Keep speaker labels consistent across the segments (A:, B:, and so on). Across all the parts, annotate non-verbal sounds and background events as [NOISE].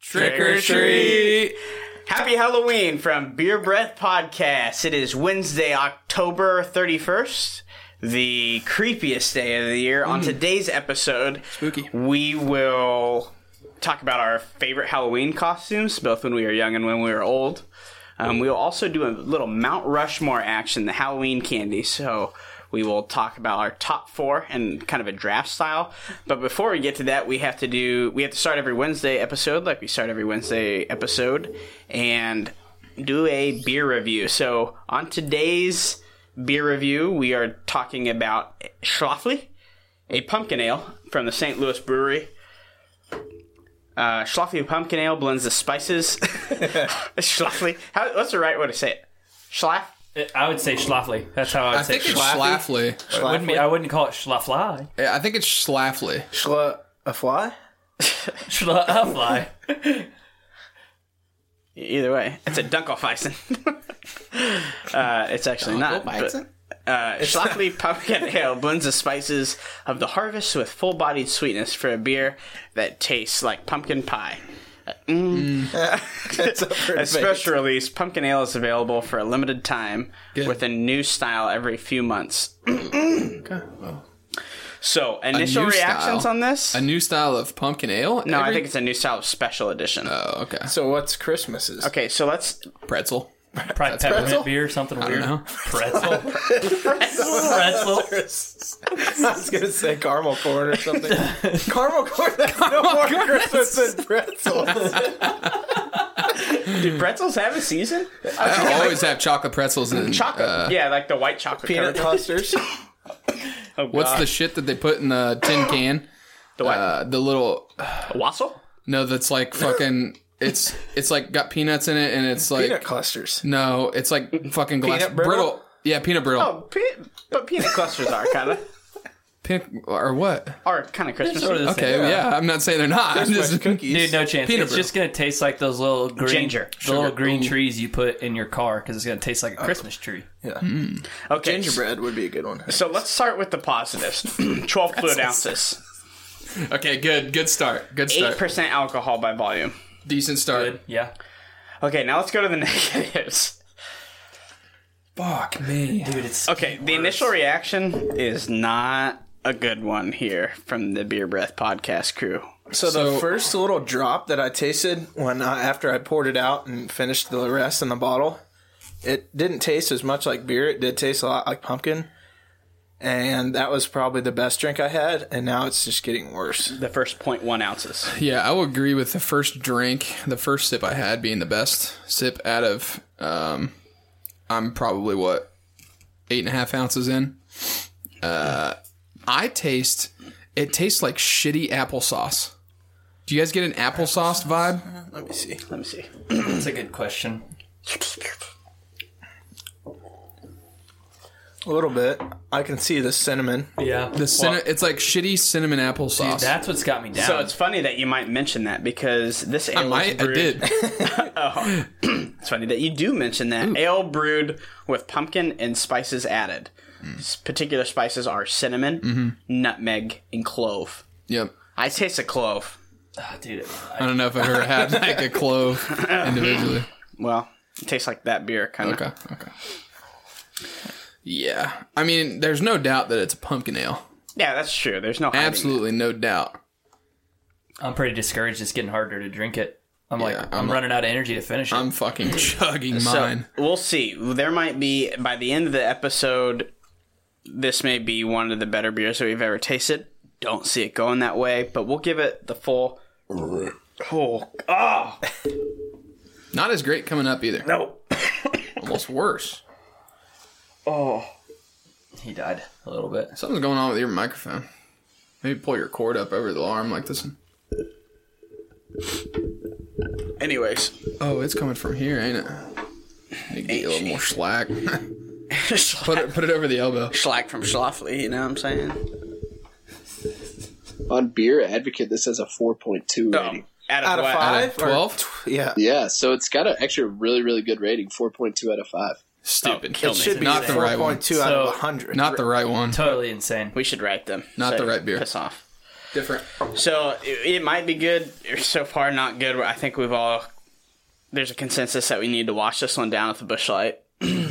A: Trick or treat. Happy Halloween from Beer Breath Podcast. It is Wednesday, October 31st, the creepiest day of the year. On today's episode,
B: Spooky.
A: we will talk about our favorite Halloween costumes, both when we were young and when we were old. Um, we will also do a little Mount Rushmore action, the Halloween candy. So we will talk about our top four and kind of a draft style. But before we get to that, we have to do we have to start every Wednesday episode, like we start every Wednesday episode, and do a beer review. So on today's beer review, we are talking about Schlafly a pumpkin ale from the St. Louis Brewery. Uh, Schlafly pumpkin ale blends the spices. [LAUGHS] Schlafly. How, what's the right way to say it? Schlaf.
C: I would say schlafly. That's how I would
B: I
C: say
B: think
C: it.
B: it's Schlafly.
C: I wouldn't, be, I wouldn't call it schlafly.
B: Yeah, I think it's Schlafly.
D: Schla a fly?
C: Schlafly.
A: E-, Either way, it's a Dunkelfeisen. [LAUGHS] uh, it's actually not. but- Uh, Schlafly
B: [LAUGHS]
A: Pumpkin Ale blends the spices of the harvest with full bodied sweetness for a beer that tastes like pumpkin pie. Uh,
B: Mm.
A: [LAUGHS]
B: [LAUGHS]
D: That's a pretty
A: A special release, Pumpkin Ale is available for a limited time
B: Good.
A: with a new style every few months.
B: [CLEARS THROAT] Okay, well.
A: So, initial
B: new
A: reactions
B: style?
A: on this?
B: A new style of pumpkin ale?
A: No, I think it's a new style of special edition.
B: Oh, okay.
D: So what's Christmas's?
A: okay, so let's.
B: Pretzel.
C: Probably
D: pretzel?
C: peppermint beer, something weird.
B: know. [LAUGHS]
C: Pretzel. pretzel.
D: I was gonna say caramel corn or [LAUGHS] something. caramel corn. That's no more Christmas than pretzels.
C: Mm.
A: Do pretzels have a season?
B: I always have chocolate pretzels and
A: Chocolate.
B: uh,
A: yeah, like the white chocolate.
D: Peanut
A: covered-
D: clusters.
A: Oh,
B: what's
C: Uh,
A: God.
B: the shit that they put in the tin can?
A: the white?
B: Uh, the little
A: wassail?
B: no, that's like fucking. It's it's like got peanuts in it, and it's like
D: Peanut clusters.
B: no, it's like fucking glass
D: Peanut brittle?
B: Yeah, peanut brittle.
A: Oh, pe- but peanut clusters are kind
C: [LAUGHS]
A: of
B: Pin- or what?
A: are kind of Christmas.
C: Sort of the same.
B: Okay, yeah. I'm not saying they're not. [LAUGHS] I'm
D: Christmas
B: just
D: cookies.
C: Dude, no chance.
B: Peanut
C: it's just gonna taste like those little green,
A: Ginger.
C: the little
B: Sugar. Mm.
C: green
B: Ooh.
C: trees you put in your car because it's gonna taste like a Christmas tree.
D: Yeah.
A: Okay,
D: Gingerbread would be a good one.
A: So let's start with
B: [CLEARS THROAT]
A: the positives. Twelve fluid ounces,
B: okay. Good, good start. Good
A: eight
B: start.
A: percent alcohol by volume.
B: Decent start.
C: Good. Yeah.
A: Okay, now let's go to the [LAUGHS] negatives.
B: Fuck me.
C: Dude, it's
A: Okay, the initial reaction is not a good one here from the Beer Breath podcast crew.
D: So,
B: So-
D: the first little drop that I tasted when I, after I poured it out and finished the rest in the bottle, it didn't taste as much like beer. It did taste a lot like pumpkin, and that was probably the best drink I had. And now it's just getting worse.
A: The first
B: [LAUGHS]
A: 0.1 ounces.
B: Yeah, I will agree with the first drink, the first sip I had being the best sip out of. Um, I'm probably what eight and a half ounces in. Uh, I taste it tastes like shitty applesauce. Do you guys get an applesauce vibe?
D: Let me see.
A: Let me see.
C: that's a good question.
D: A little bit. I can see the cinnamon.
C: Yeah.
B: The cin- it's like shitty cinnamon applesauce.
C: that's what's got me down.
A: So it's funny that you might mention that because this ale
B: I might,
A: was
B: I
A: brewed.
B: did.
A: It's funny that you do mention that ale brewed with pumpkin and spices added.
B: Hmm.
A: S- Particular spices are cinnamon,
B: Mm-hmm.
A: nutmeg, and clove.
B: yep.
A: I taste a clove.
C: Ah, dude, I-
B: I don't know if I've ever had like a clove individually.
A: Well, it tastes like that beer kind of.
B: Okay. Okay. Yeah, I mean, there's no doubt that it's a pumpkin ale.
A: Yeah, that's true. There's no hiding it.
B: Absolutely, no doubt.
C: I'm pretty discouraged. It's getting harder to drink it. I'm like,
B: I'm
C: I'm,
B: a-
C: running out of energy to finish it.
B: I'm fucking chugging
A: So,
B: mine.
A: we'll see. There might be by the end of the episode. This may be one of the better beers that we've ever tasted. Don't see it going that way, but we'll give it the full. Oh, oh
B: Not as great coming up either.
A: no!
B: Almost worse.
A: oh.
C: he died a little bit.
B: Something's going on with your microphone. Maybe pull your cord up over the arm like this. one. [LAUGHS]
A: Anyways,
B: Oh, it's coming from here, ain't it? Need to get you a little more slack. [LAUGHS] put it put it over the elbow.
A: [LAUGHS] Schlack from Schlafly, you know what I'm saying?
E: on Beer Advocate, this has a 4.2
A: Oh.
E: rating.
A: out of,
D: Out of
A: what?
D: five, or-
B: Twelve.
D: yeah.
E: Yeah, so it's got an actually really, really good rating, 4.2 out of 5.
B: Stupid.
A: Oh, kill
B: It
A: me.
B: should be Not the
D: four
B: right one.
D: point two out of
C: So-
D: hundred.
B: Not the right one.
C: Totally insane.
A: We should write them.
B: Not
A: Say,
B: the right beer.
A: Piss off.
B: Different.
A: So it, it might be good. or So far, not good. I think we've all there's a consensus that we need to wash this one down with a bushlight.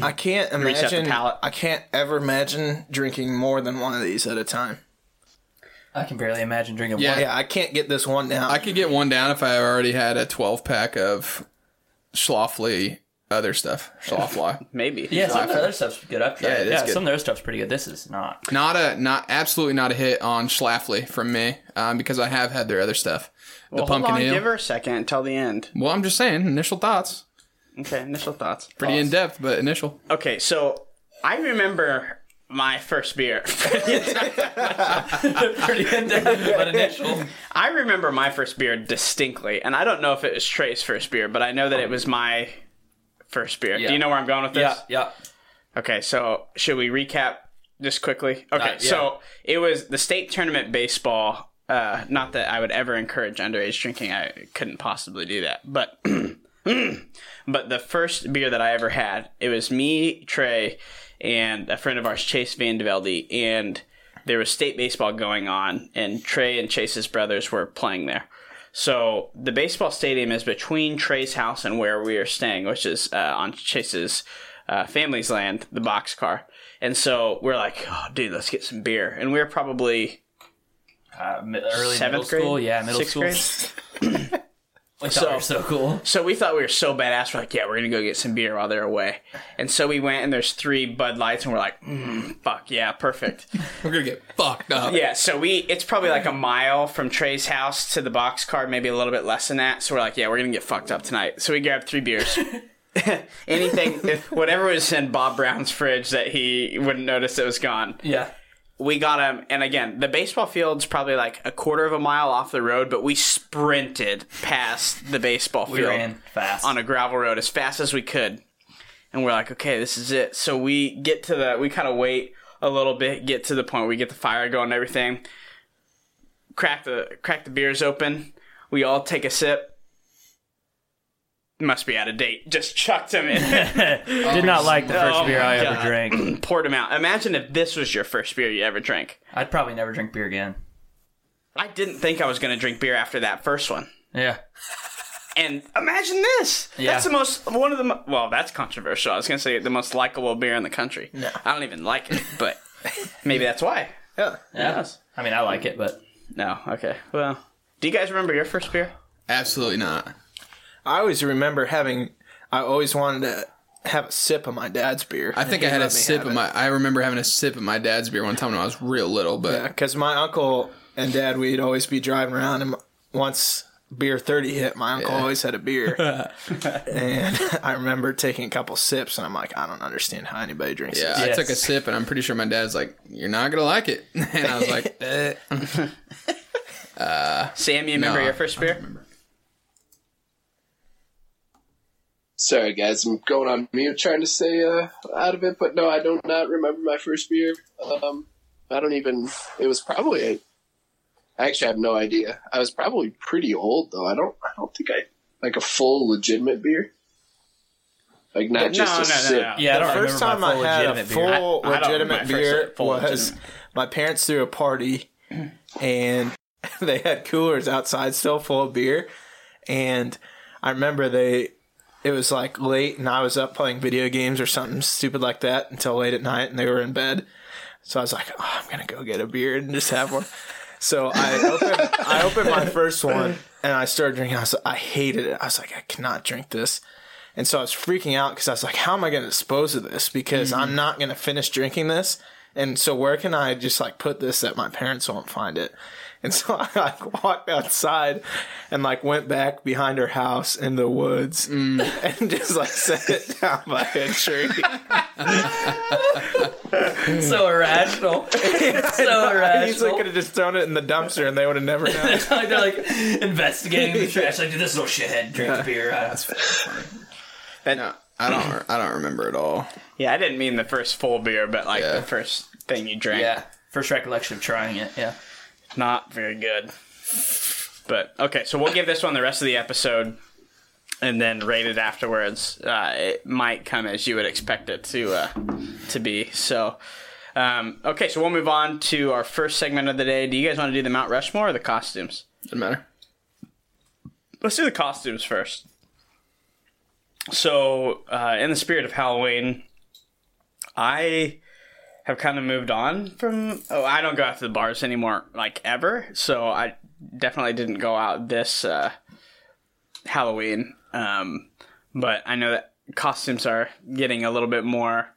D: I can't
A: Reset the
D: imagine.
A: palate.
D: I can't ever imagine drinking more than one of these at a time.
C: I can barely imagine drinking
B: Yeah.
C: one.
D: Yeah, I can't get this one down.
B: I could get one down if I already had a 12 pack of Schlafly other stuff. Schlafly.
A: Maybe.
C: Yeah, some of the other stuff's good. I've tried.
B: Yeah,
C: Yeah,
B: it is good.
C: some of the other stuff's pretty good. This is not. [LAUGHS]
B: not a not absolutely not a hit on Schlafly from me um, because I have had their other stuff. The
A: Well,
B: pumpkin
A: hold on,
B: ale.
A: Give her a second until the end.
B: well, I'm just saying initial thoughts.
A: Okay, initial thoughts.
B: Pretty in depth, but initial.
A: Okay, so I remember my first beer.
C: pretty in depth, but initial.
A: I remember my first beer distinctly, and I don't know if it was Trey's first beer, but I know that it was my first beer.
C: Yeah.
A: Do you know where I'm going with this?
C: Yeah, yeah.
A: Okay, so should we recap just quickly? Okay,
C: Uh, yeah.
A: so it was the state tournament baseball. Uh, not that I would ever encourage underage drinking. I couldn't possibly do that. But [CLEARS THROAT] but the first beer that I ever had, it was me, Trey, and a friend of ours, Chase Van Develde, and there was state baseball going on, and Trey and Chase's brothers were playing there. So the baseball stadium is between Trey's house and where we are staying, which is uh, on Chase's uh, family's land, the boxcar. And so we're like, oh, dude, let's get some beer. And we are probably
C: Uh, mi- early middle
A: seventh grade,
C: school. Yeah, middle
A: sixth
C: school.
A: grade.
C: We thought we were so cool.
A: So we thought we were so badass. We're like, yeah, we're gonna go get some beer while they're away. And so we went, and there's three Bud Lights, and we're like, mm, fuck yeah, perfect.
B: We're gonna get fucked up.
A: yeah. So we, it's probably like a mile from Trey's house to the box car, maybe a little bit less than that. So we're like, yeah, we're gonna get fucked up tonight. So we grabbed three beers. [LAUGHS] Anything, whatever was in Bob Brown's fridge that he wouldn't notice it was gone.
C: Yeah.
A: we got him and again the baseball field's probably like a quarter of a mile off the road but we sprinted past the baseball
C: We
A: field
C: ran fast.
A: on a gravel road as fast as we could and we're like okay this is it so we get to the we kind of wait a little bit get to the point where we get the fire going and everything crack the crack the beers open we all take a sip must be out of date just chucked them in
C: Did not like the first
A: Oh
C: beer I
A: my
C: ever
A: God.
C: drank.
A: poured them out imagine if this was your first beer you ever drank
C: [CLEARS THROAT] I'd probably never drink beer again.
A: I didn't think I was going to drink beer after that first one.
C: Yeah.
A: And imagine this.
C: Yeah.
A: That's the most one of the mo- well, that's controversial. I was going to say the most likable beer in the country. No. I don't even like it, but maybe that's why.
D: yeah.
C: Yeah. I mean, I like it, but
A: No, okay. Well, do you guys remember your first beer?
B: Absolutely not.
D: I always remember having. I always wanted to have a sip of my dad's beer.
B: I think I had a sip of my. I remember having a sip of my dad's beer one time when I was real little, but
D: because my uncle and dad we'd always be driving around, and once beer thirty hit, my uncle always had a beer,
B: [LAUGHS]
D: and [LAUGHS] I remember taking a couple sips, and I'm like, I don't understand how anybody drinks
B: yeah,
D: this.
B: I
C: Yes.
B: took a sip and I'm pretty sure my dad's like, "You're not gonna like it," [LAUGHS] and I was
A: [LAUGHS]
B: like, eh.
A: Sam, you remember
B: No,
A: your first beer?
E: Sorry, guys, I'm going on mute trying to stay uh, out of it, but no, I do not remember my first beer. Um, I don't even. It was probably. A, actually, I have no idea. I was probably pretty old though. I don't. I don't think I like a full legitimate beer. Like not just a sip.
C: yeah, I
D: the
C: don't remember
D: first time
C: my
D: I
C: full
D: had
C: legitimate
D: a
C: beer.
D: full
A: I- I don't remember
D: legitimate
A: my
D: beer
A: first full
D: was
A: legitimate.
D: my parents threw a party and [LAUGHS] they had coolers outside still full of beer. And I remember they, it was like late and I was up playing video games or something stupid like that until late at night and they were in bed. So I was like, oh, I'm going to go get a beer and just have one. So I opened, I opened my first one and I started drinking. I, was, I hated it. I was like, I cannot drink this. And so I was freaking out because I was like, how am I going to dispose of this? Because I'm not going to finish drinking this. And so where can I just like put this that my parents won't find it? And [LAUGHS] so I like walked outside and like went back behind her house in the woods [LAUGHS] and just like set it down by a tree.
C: so irrational. so
D: I easily
C: irrational.
D: could have just thrown it in the dumpster and they would have never known.
C: like [LAUGHS] they're like investigating the trash. Like, dude, this little shithead drinks beer. Uh,
B: No, I don't. I don't remember at all.
A: Yeah, I didn't mean the first full beer, but like
B: Yeah.
A: the first thing you drank.
C: yeah. First recollection of trying it. Yeah.
A: Not very good. But okay, so we'll give this one the rest of the episode and then rate it afterwards. Uh, it might come as you would expect it to uh, to be. So Um, okay, so we'll move on to our first segment of the day. Do you guys want to do the Mount Rushmore or the costumes?
B: Doesn't matter.
A: Let's do the costumes first. So, uh, in the spirit of Halloween, I have kind of moved on from. Oh, I don't go out to the bars anymore, like ever. So I definitely didn't go out this uh, Halloween. Um, but I know that costumes are getting a little bit more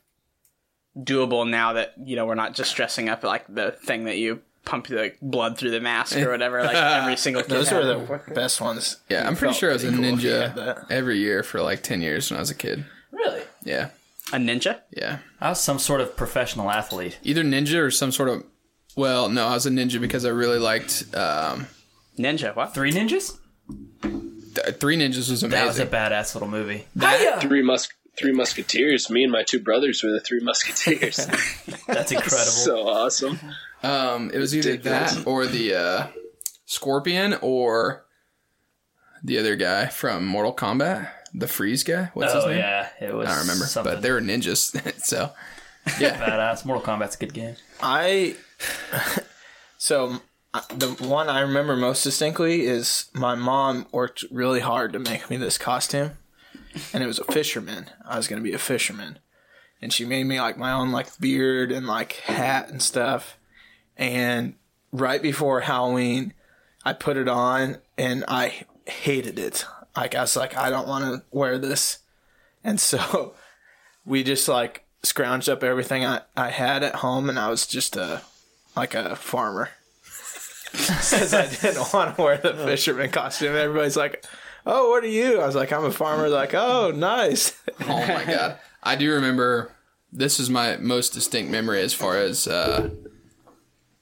A: doable now that you know we're not just dressing up like the thing that you pump the blood through the mask or whatever. Like every single kid
D: Those
A: had
D: are
A: before.
D: the best ones.
B: Yeah, I'm pretty
D: felt
B: sure I was a
D: pretty cool if you had
B: ninja
D: that.
B: every year for like ten years when I was a kid.
C: Really?
B: Yeah,
A: a ninja.
B: yeah.
C: I was some sort of professional athlete.
B: Either ninja or some sort of. Well, no, I was a ninja because I really liked um,
A: Ninja, what?
C: Three Ninjas?
B: th- Three Ninjas was
C: That was a
B: amazing.
C: badass little movie.
E: Three musk Three Musketeers. Me and my two brothers were the Three Musketeers.
C: That's incredible.
E: so awesome.
B: um, it was either that or the uh, Scorpion or the other guy from Mortal Kombat, the Freeze guy. What's his
C: oh
B: name?
C: yeah, it was.
B: I don't remember,
C: something
B: but they were ninjas. [LAUGHS] so
C: badass. Mortal Kombat's a good game.
D: I [SIGHS] so uh, the one I remember most distinctly is my mom worked really hard to make me this costume, and it was a fisherman. I was gonna be a fisherman, and she made me like my own like beard and like hat and stuff. And right before Halloween, I put it on and I hated it. Like I was like, I don't want to wear this, and [LAUGHS] so we just like scrounged up everything I, I had at home and I was just a like a farmer. [LAUGHS] Because I didn't [LAUGHS] want to wear the fisherman costume. Everybody's like, Oh, what are you? I was like, I'm a farmer, They're like, oh nice. [LAUGHS]
B: [LAUGHS] Oh my god. I do remember this is my most distinct memory as far as uh,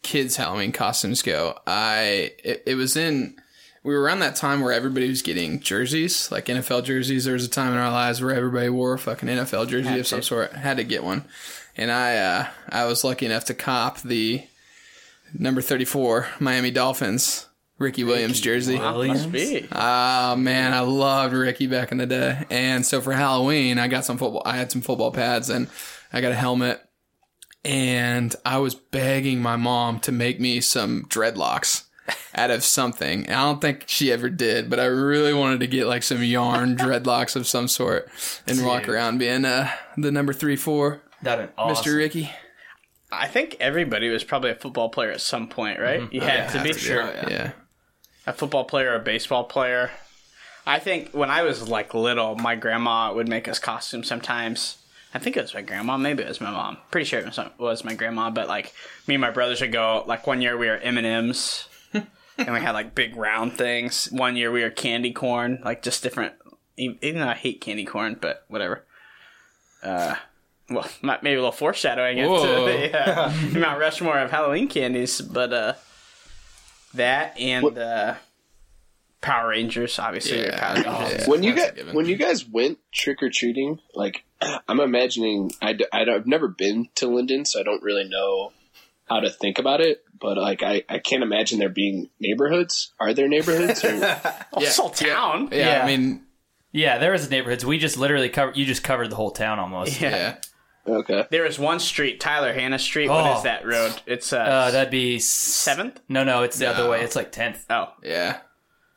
B: kids Halloween costumes go. I it, it was in we were around that time where everybody was getting jerseys, like NFL jerseys. There was a time in our lives where everybody wore a fucking NFL jersey of some sort. Had to get one. And I uh, I was lucky enough to cop the number 34 Miami Dolphins Ricky Williams jersey.
A: Must be.
B: Oh man, I loved Ricky back in the day. And so for Halloween, I got some football. I had some football pads and I got a helmet. And I was begging my mom to make me some dreadlocks out of something. And I don't think she ever did, but I really wanted to get like some yarn dreadlocks of some sort and walk around being uh, the number three four,
C: That'd been
B: Mr.
C: awesome.
B: Ricky.
A: I think everybody was probably a football player at some point, right? You had to be sure.
B: Yeah.
A: A football player, a baseball player. I think when I was like little, my grandma would make us costumes sometimes. I think it was my grandma, maybe it was my mom. Pretty sure it was, was my grandma, but like me and my brothers would go. Like one year we were M
B: [LAUGHS]
A: and M's, and we had like big round things. One year we were candy corn, like just different. e- Even though I hate candy corn, but whatever. Uh, well, [LAUGHS] not- maybe a little foreshadowing into
B: Whoa. [LAUGHS]
A: the uh, Mount Rushmore of Halloween candies, but uh, that and uh, Power Rangers, obviously. your
B: Yeah.
A: Power
B: [LAUGHS]
A: Rangers.
E: when you
B: That's a
E: guys
B: given.
E: when you guys went trick or treating, like [CLEARS THROAT] I'm imagining, I, d- I have never been to Linden, so I don't really know how to think about it. But like, I, I can't imagine there being neighborhoods. Are
B: [LAUGHS]
E: there neighborhoods? Or,
A: This whole Oh, town.
B: yeah.
C: Yeah.
B: I mean,
C: Yeah, there was neighborhoods. We just literally covered. You just covered the whole town almost.
A: Yeah.
B: yeah.
E: okay,
A: There is one street, Tyler Hannah Street. What
C: Oh.
A: is that road? It's uh,
C: Uh, that'd be seventh.
A: seventh.
C: No, no, it's the other way. It's like tenth.
A: Oh,
B: Yeah.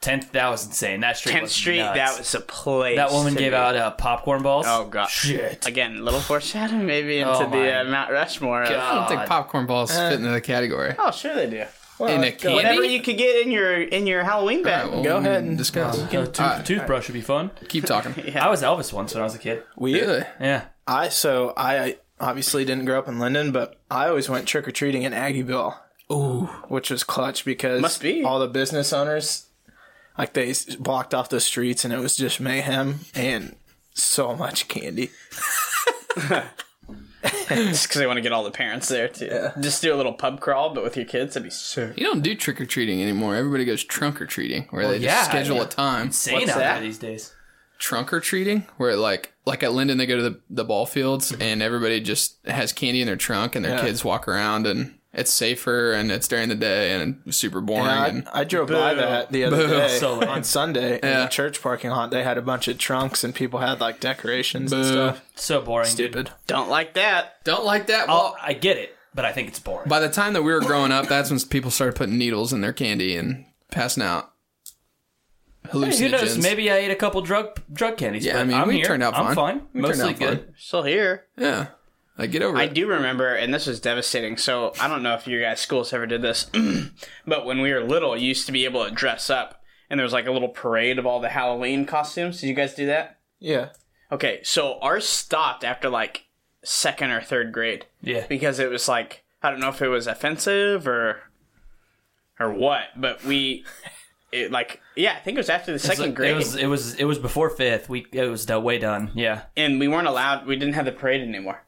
C: Tenth. That was insane. That street.
A: 10th
C: was
A: Street.
C: nuts.
A: That was a place.
C: That woman
A: to
C: gave
A: be.
C: out uh, popcorn balls.
A: Oh god.
C: Shit.
A: Again, little foreshadowing maybe into
C: Oh,
A: the
C: my
A: uh, Mount Rushmore. of-
B: I don't think
C: God.
B: popcorn balls fit into the category.
A: Oh, sure they do.
B: in a candy?
A: Whatever you could get in your in your Halloween
B: All
A: bag. [LAUGHS]
B: right, well,
D: Go
B: we
D: ahead
B: can
D: and-
B: discuss.
C: A tooth-
B: Alright.
C: toothbrush would be fun.
B: Keep
C: [LAUGHS]
B: talking.
A: Yeah.
C: I was Elvis once when I was a kid.
D: We
B: really?
C: Yeah.
D: I so I obviously didn't grow up in Linden, but I always went trick or treating in Aggieville. Ooh, which was clutch because
A: Must be.
D: all the business owners like they s- blocked off the streets and it was just mayhem and so much candy.
A: Just because I want to get all the parents there too. Just do a little pub crawl, but with your kids, that'd be sick.
B: You don't do trick or treating anymore. Everybody goes trunk or treating, where they
C: yeah,
B: just schedule
C: yeah.
B: a time.
C: Insane
A: What's
C: out
A: that?
C: there these days.
B: Trunk or treating, where like like at Linden they go to the, the ball fields and everybody just has candy in their trunk and their kids walk around and it's safer and it's during the day and it's super boring.
D: I,
B: and
D: I drove by that the other
B: Boo.
D: day
C: So lame.
D: on Sunday in
B: Yeah.
D: the church parking lot. They had a bunch of trunks and people had like decorations and
B: Boo.
D: stuff.
C: So boring. dude.
D: Stupid.
A: Don't like that.
B: don't like that.
C: Oh,
B: Well,
C: I get it. but I think it's boring.
B: By the time that we were growing up, that's when people started putting needles in their candy and passing out hallucinogens.
C: Hey, who knows? Maybe I ate a couple drug drug candies.
B: Yeah,
C: but
B: I mean,
C: am
B: we
C: here.
B: turned out
C: I'm
B: fine.
C: fine.
B: We turned
C: Mostly
B: out fine.
C: good.
A: Still here.
B: yeah, like get over
A: I
B: it.
A: do remember, and this was devastating. So I don't know if your guys' schools ever did this, [CLEARS THROAT] but when we were little, you used to be able to dress up, and there was like a little parade of all the Halloween costumes. Did you guys do that?
D: Yeah.
A: Okay, so ours stopped after like second or third grade
C: Yeah.
A: because it was like I don't know if it was offensive or or what, but we it like yeah, I think it was after the second
C: It was-
A: grade,
C: It was it was it was before fifth. We it was uh, way done. Yeah. [LAUGHS]
A: and we weren't allowed. We didn't have the parade anymore.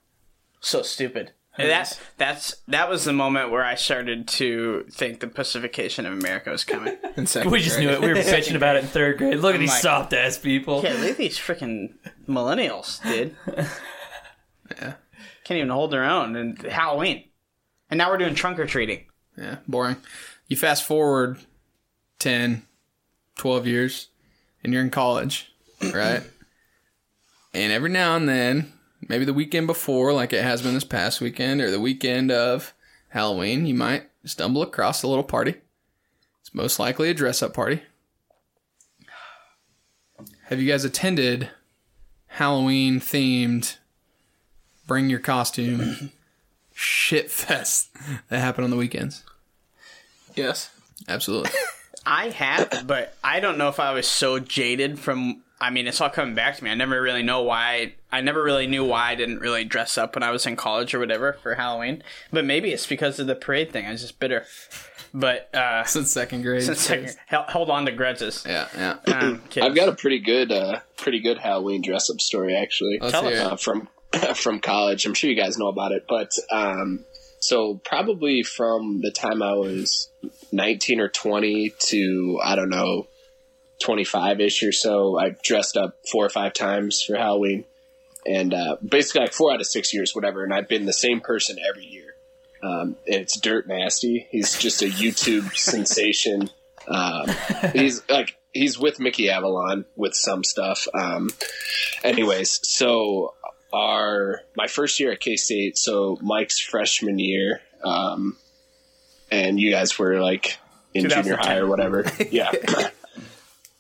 A: So stupid. And that's that's that was the moment where I started to think the pacification of America was coming.
D: In second
C: We just knew it. We were bitching about it in third grade. Look at these
A: like-
C: soft ass people.
A: yeah, look at these freaking millennials, dude. yeah, can't even hold their own. And Halloween, and now we're doing trunk or treating.
B: Yeah, boring. You fast forward 10, 12 years, and you're in college, right? and every now and then, maybe the weekend before, like it has been this past weekend, or the weekend of Halloween, you might stumble across a little party. It's most likely a dress up party. Have you guys attended Halloween themed bring your costume shit fest that happened on the weekends?
D: Yes.
B: Absolutely.
A: I have, but I don't know if I was so jaded from. I mean, it's all coming back to me. I never really know why. I never really knew why I didn't really dress up when I was in college or whatever for Halloween. But maybe it's because of the parade thing. I was just bitter. But uh, [LAUGHS]
B: Since second grade.
A: since second, hel- held on to grudges.
B: Yeah, yeah.
A: Um, kids.
E: I've got a pretty good, uh, pretty good Halloween dress up story actually
B: Let's
A: Tell us.
B: hear
E: uh,
B: it.
E: from from [LAUGHS] college. I'm sure you guys know about it, but um, so probably from the time I was 19 or 20 to I don't know 25 ish or so, I dressed up four or five times for Halloween, and uh, basically like four out of six years, whatever. And I've been the same person every year. Um, and it's dirt nasty. He's just a YouTube [LAUGHS] sensation. Um, he's like he's with Mickey Avalon with some stuff. Um, anyways, so our my first year at K State, so Mike's freshman year, um, and you guys were like in junior high or whatever. Yeah.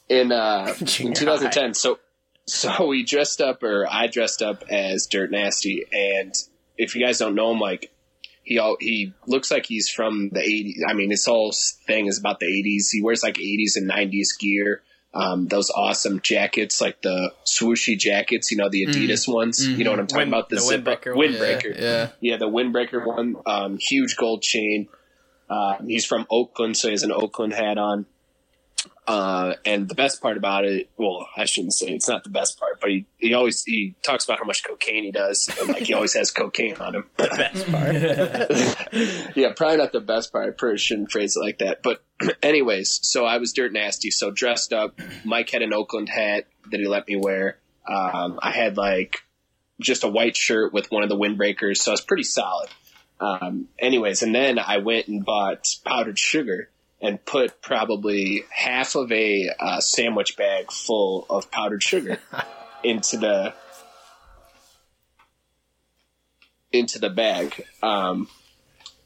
E: In uh, in 2010, so so we dressed up, or I dressed up as Dirt Nasty, and if you guys don't know him, like he all he looks like he's from the 80s. I mean, this whole thing is about the 80s. He wears like 80s and 90s gear. Um, those awesome jackets, like the swooshy jackets, you know, the Adidas ones. You know what I'm talking
A: Wind-
E: about? The,
A: the
E: zip-
A: windbreaker one.
E: windbreaker.
B: Yeah, yeah.
E: Yeah, the windbreaker one. Um, huge gold chain. Uh, he's from Oakland, so he has an Oakland hat on. Uh, and the best part about it, well, I shouldn't say it's not the best part, but he, he always he talks about how much cocaine he does, and like he always has cocaine on him. [LAUGHS] yeah, probably not the best part. I probably shouldn't phrase it like that. But, [CLEARS THROAT] anyways, so I was dirt nasty. So dressed up, Mike had an Oakland hat that he let me wear. Um, I had like just a white shirt with one of the windbreakers, so I was pretty solid. Um, anyways, and then I went and bought powdered sugar and put probably half of a uh, sandwich bag full of powdered sugar into the into the bag. Um,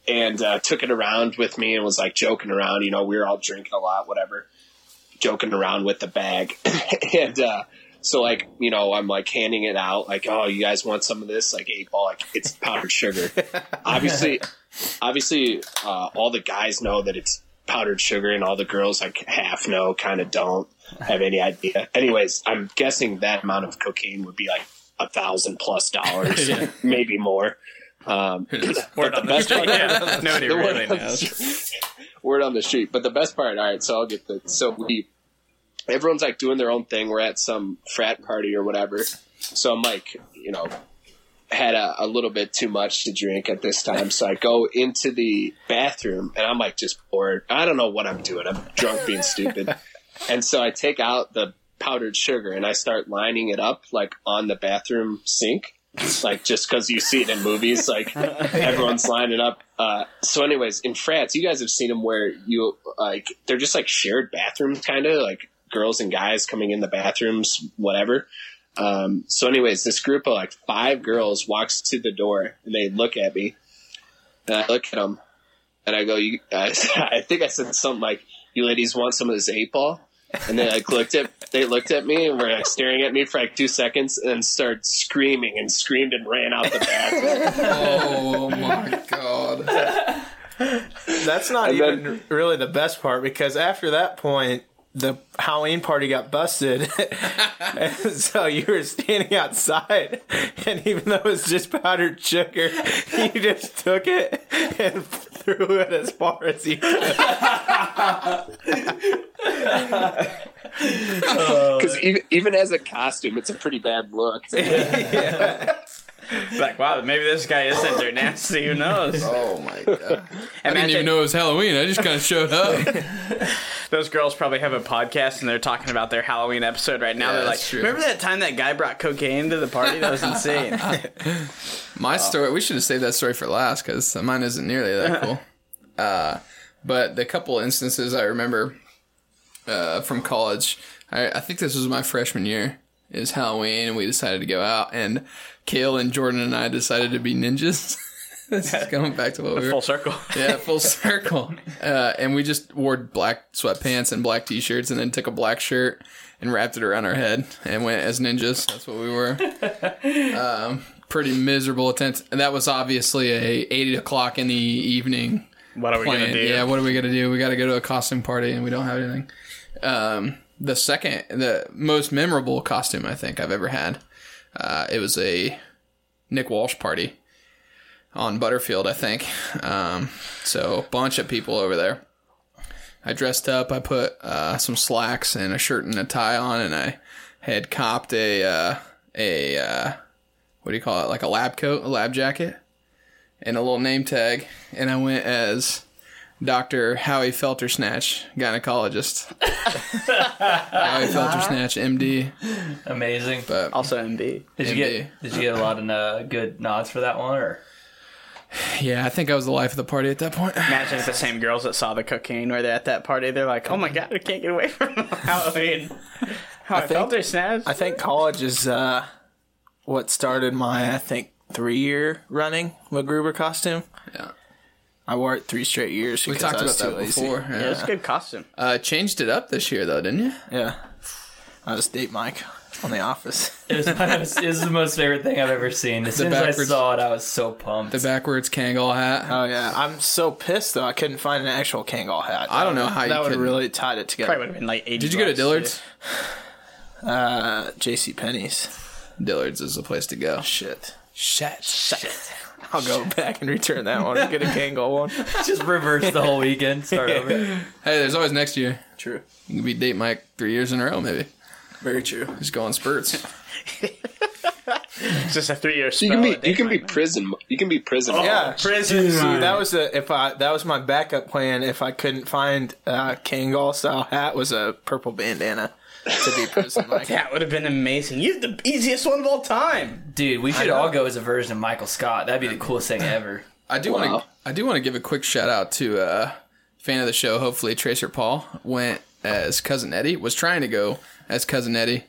E: and uh, took it around with me and was like joking around. You know, we were all drinking a lot, whatever, joking around with the bag. [LAUGHS] and uh, so, like, you know, I'm like handing it out, like, oh, you guys want some of this? Like, eight ball, like, it's
A: [LAUGHS]
E: powdered sugar. obviously, obviously, uh, all the guys know that it's powdered sugar, and all the girls, like, half know, kind of don't have any idea. Anyways, I'm guessing that amount of cocaine would be like a thousand
A: [LAUGHS]
E: plus dollars, maybe more. Um, but the best part, [LAUGHS]
A: yeah, nobody
E: The
A: really
E: one-
A: knows.
E: word on the street. But the best part, all right, so I'll get the so we everyone's like doing their own thing. We're at some frat party or whatever. So I'm like, you know, had a, a little bit too much to drink at this time. So I go into the bathroom and I'm like just bored. I don't know what I'm doing. I'm drunk being stupid. And so I take out the powdered sugar and I start lining it up like on the bathroom sink. [LAUGHS] Like just because you see it in movies, like everyone's lining up. Uh, so, anyways, in France, you guys have seen them where you like they're just like shared bathrooms, kind of like girls and guys coming in the bathrooms, whatever. Um, so, anyways, this group of like five girls walks to the door and they look at me And I look at him and I go, you, I, [LAUGHS] I think I said something like, you ladies want some of this eight ball? And they like looked at, they looked at me and were like staring at me for like two seconds and then started screaming and screamed and ran out the bathroom.
B: Oh my god.
D: That's not
E: And
D: even
E: then-
D: really the best part because after that point, the Halloween party got busted. [LAUGHS] and so you were standing outside, and even though it was just powdered sugar, [LAUGHS] you just took it and [LAUGHS] threw it as far as you could.
E: Cause even, even as a costume, it's a pretty bad look.
A: Like, wow, maybe this guy isn't their nasty. Who knows?
B: Oh my god. [LAUGHS] I
A: Imagine
B: didn't even know it was Halloween. I just kind of showed up.
A: those girls probably have a podcast and they're talking about their Halloween episode right now.
B: Yeah,
A: they're like,
B: that's true.
A: remember that time that guy brought cocaine to the party? That
B: [LAUGHS]
A: was insane.
B: My story. We should have saved that story for last because mine isn't nearly that cool. uh, but the couple instances I remember uh, from college, I, I think this was my freshman year. It was Halloween, and we decided to go out, and Kale and Jordan and I decided to be ninjas. [LAUGHS] this is going back to what we were
A: Full circle.
B: yeah, full circle. Uh, and we just wore black sweatpants and black t-shirts, and then took a black shirt and wrapped it around our head and went as ninjas. That's what we were. Um, pretty miserable attempt. And that was obviously a eight o'clock in the evening
A: What are we going to
B: plan.
A: do?
B: Yeah, what are we gonna do? We got to go to a costume party, and we don't have anything. Um, the second, the most memorable costume I think I've ever had. Uh, it was a Nick Walsh party on Butterfield, I think. Um, so a bunch of people over there. I dressed up. I put uh, some slacks and a shirt and a tie on, and I had copped a uh, a uh, what do you call it? Like a lab coat, a lab jacket, and a little name tag. And I went as Doctor Howie Feltersnatch, gynecologist. Howie Feltersnatch, MD.
C: Amazing.
A: Also MB.
C: Did you
B: Indeed.
C: get Did you get a lot of uh, good nods for that one? Or
B: Yeah, I think I was the life of the party at that point.
A: Imagine if the same girls that saw the cocaine were there at that party. They're like, oh my god, we can't get away from
B: [LAUGHS]
A: Halloween. How I,
D: think-
A: felt their snaps.
D: I think college is uh, what started my, I think, three year running MacGruber costume.
B: Yeah.
D: I wore it three straight years.
B: We talked about that before.
A: it
B: Yeah.
A: was a good costume.
B: Uh, changed it up this year though, didn't you?
D: Yeah. I was date Mike on The Office.
C: it was, [LAUGHS] my most, it was the most favorite thing I've ever seen. As soon as I
B: backwards-
C: saw it, I was so pumped.
B: The backwards Kangol hat.
D: Oh yeah, I'm so pissed though. I couldn't find an actual Kangol hat.
B: I don't know how you
D: that would
B: couldn't.
D: really tied it together.
A: Probably would have been like 80
B: Did you go to
A: bucks,
B: Dillard's?
D: Uh, J.C. Penney's.
B: Dillard's is the place to go.
D: Shit.
B: Shit.
D: I'll go back and return that one and
B: [LAUGHS]
D: get a Kangol one.
C: Just reverse the whole weekend. Start
B: [LAUGHS]
C: over.
B: Hey, there's always next year.
D: True.
B: You could be date Mike three years in a row, maybe.
D: Very true.
B: Just go on spurts.
A: It's just a three-year spell.
E: You can
A: at
E: be,
A: date
E: you can be
A: night.
E: prison. You can be prison.
A: Oh.
D: Yeah.
A: prison.
D: See, that was the if I that was my backup plan if I couldn't find a Kangol style hat was a purple bandana to be
A: [LAUGHS]
D: prison like.
A: That would have been amazing. You're the easiest one of all time.
C: Dude, we should all go as a version of Michael Scott. That'd be the coolest thing ever.
B: I do
E: Wow.
B: want to. I do want to give a quick shout out to uh, fan of the show. Hopefully, Tracer Paul went as cousin Eddie. Was trying to go as cousin Eddie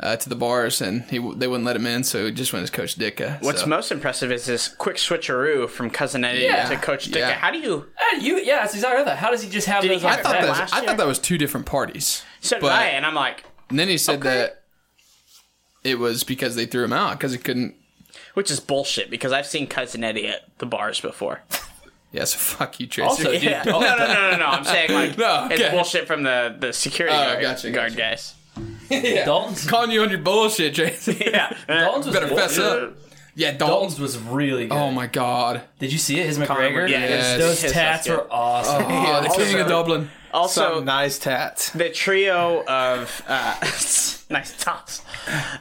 B: uh, to the bars, and he they wouldn't let him in, so he just went as Coach Dicka.
A: What's
B: so.
A: most impressive is this quick switcheroo from Cousin Eddie
B: Yeah.
A: to Coach Dicka.
B: Yeah.
A: How do you?
C: Ah, you, yeah, that's exactly that. How does he just have
A: Did
C: those?
A: he
C: on
A: have
B: I thought that
C: his
A: that
B: was,
A: last
B: I
A: year?
B: thought that was two different parties.
A: So did
B: But-
A: I, and I'm like,
B: And then he said that it was because they threw him out because he couldn't.
A: which is bullshit because I've seen Cousin Eddie at the bars before.
B: Yeah, so [LAUGHS] fuck you, Tracer.
C: Also, dude,
A: Yeah. [LAUGHS] no, no, no, no, no. I'm saying
B: [LAUGHS]
A: like
B: No, okay.
A: it's bullshit from the the security
B: Oh,
A: guard,
B: gotcha,
A: guard
B: gotcha.
A: guys.
C: Dalton's,
B: calling you on your bullshit, Tracer.
A: Yeah,
C: Dalton's was
B: Better fess
C: cool.
B: up. Yeah, Dalton's.
C: Dalton's was really good.
B: Oh my god.
C: Did you see it? His McGregor.
A: yeah,
B: Yes.
C: Those
A: his
C: tats
A: stuff's
C: were awesome.
B: Oh, the king of Dublin.
A: Uh, Also,
D: Some nice tats.
A: the trio of uh, [LAUGHS] nice toss.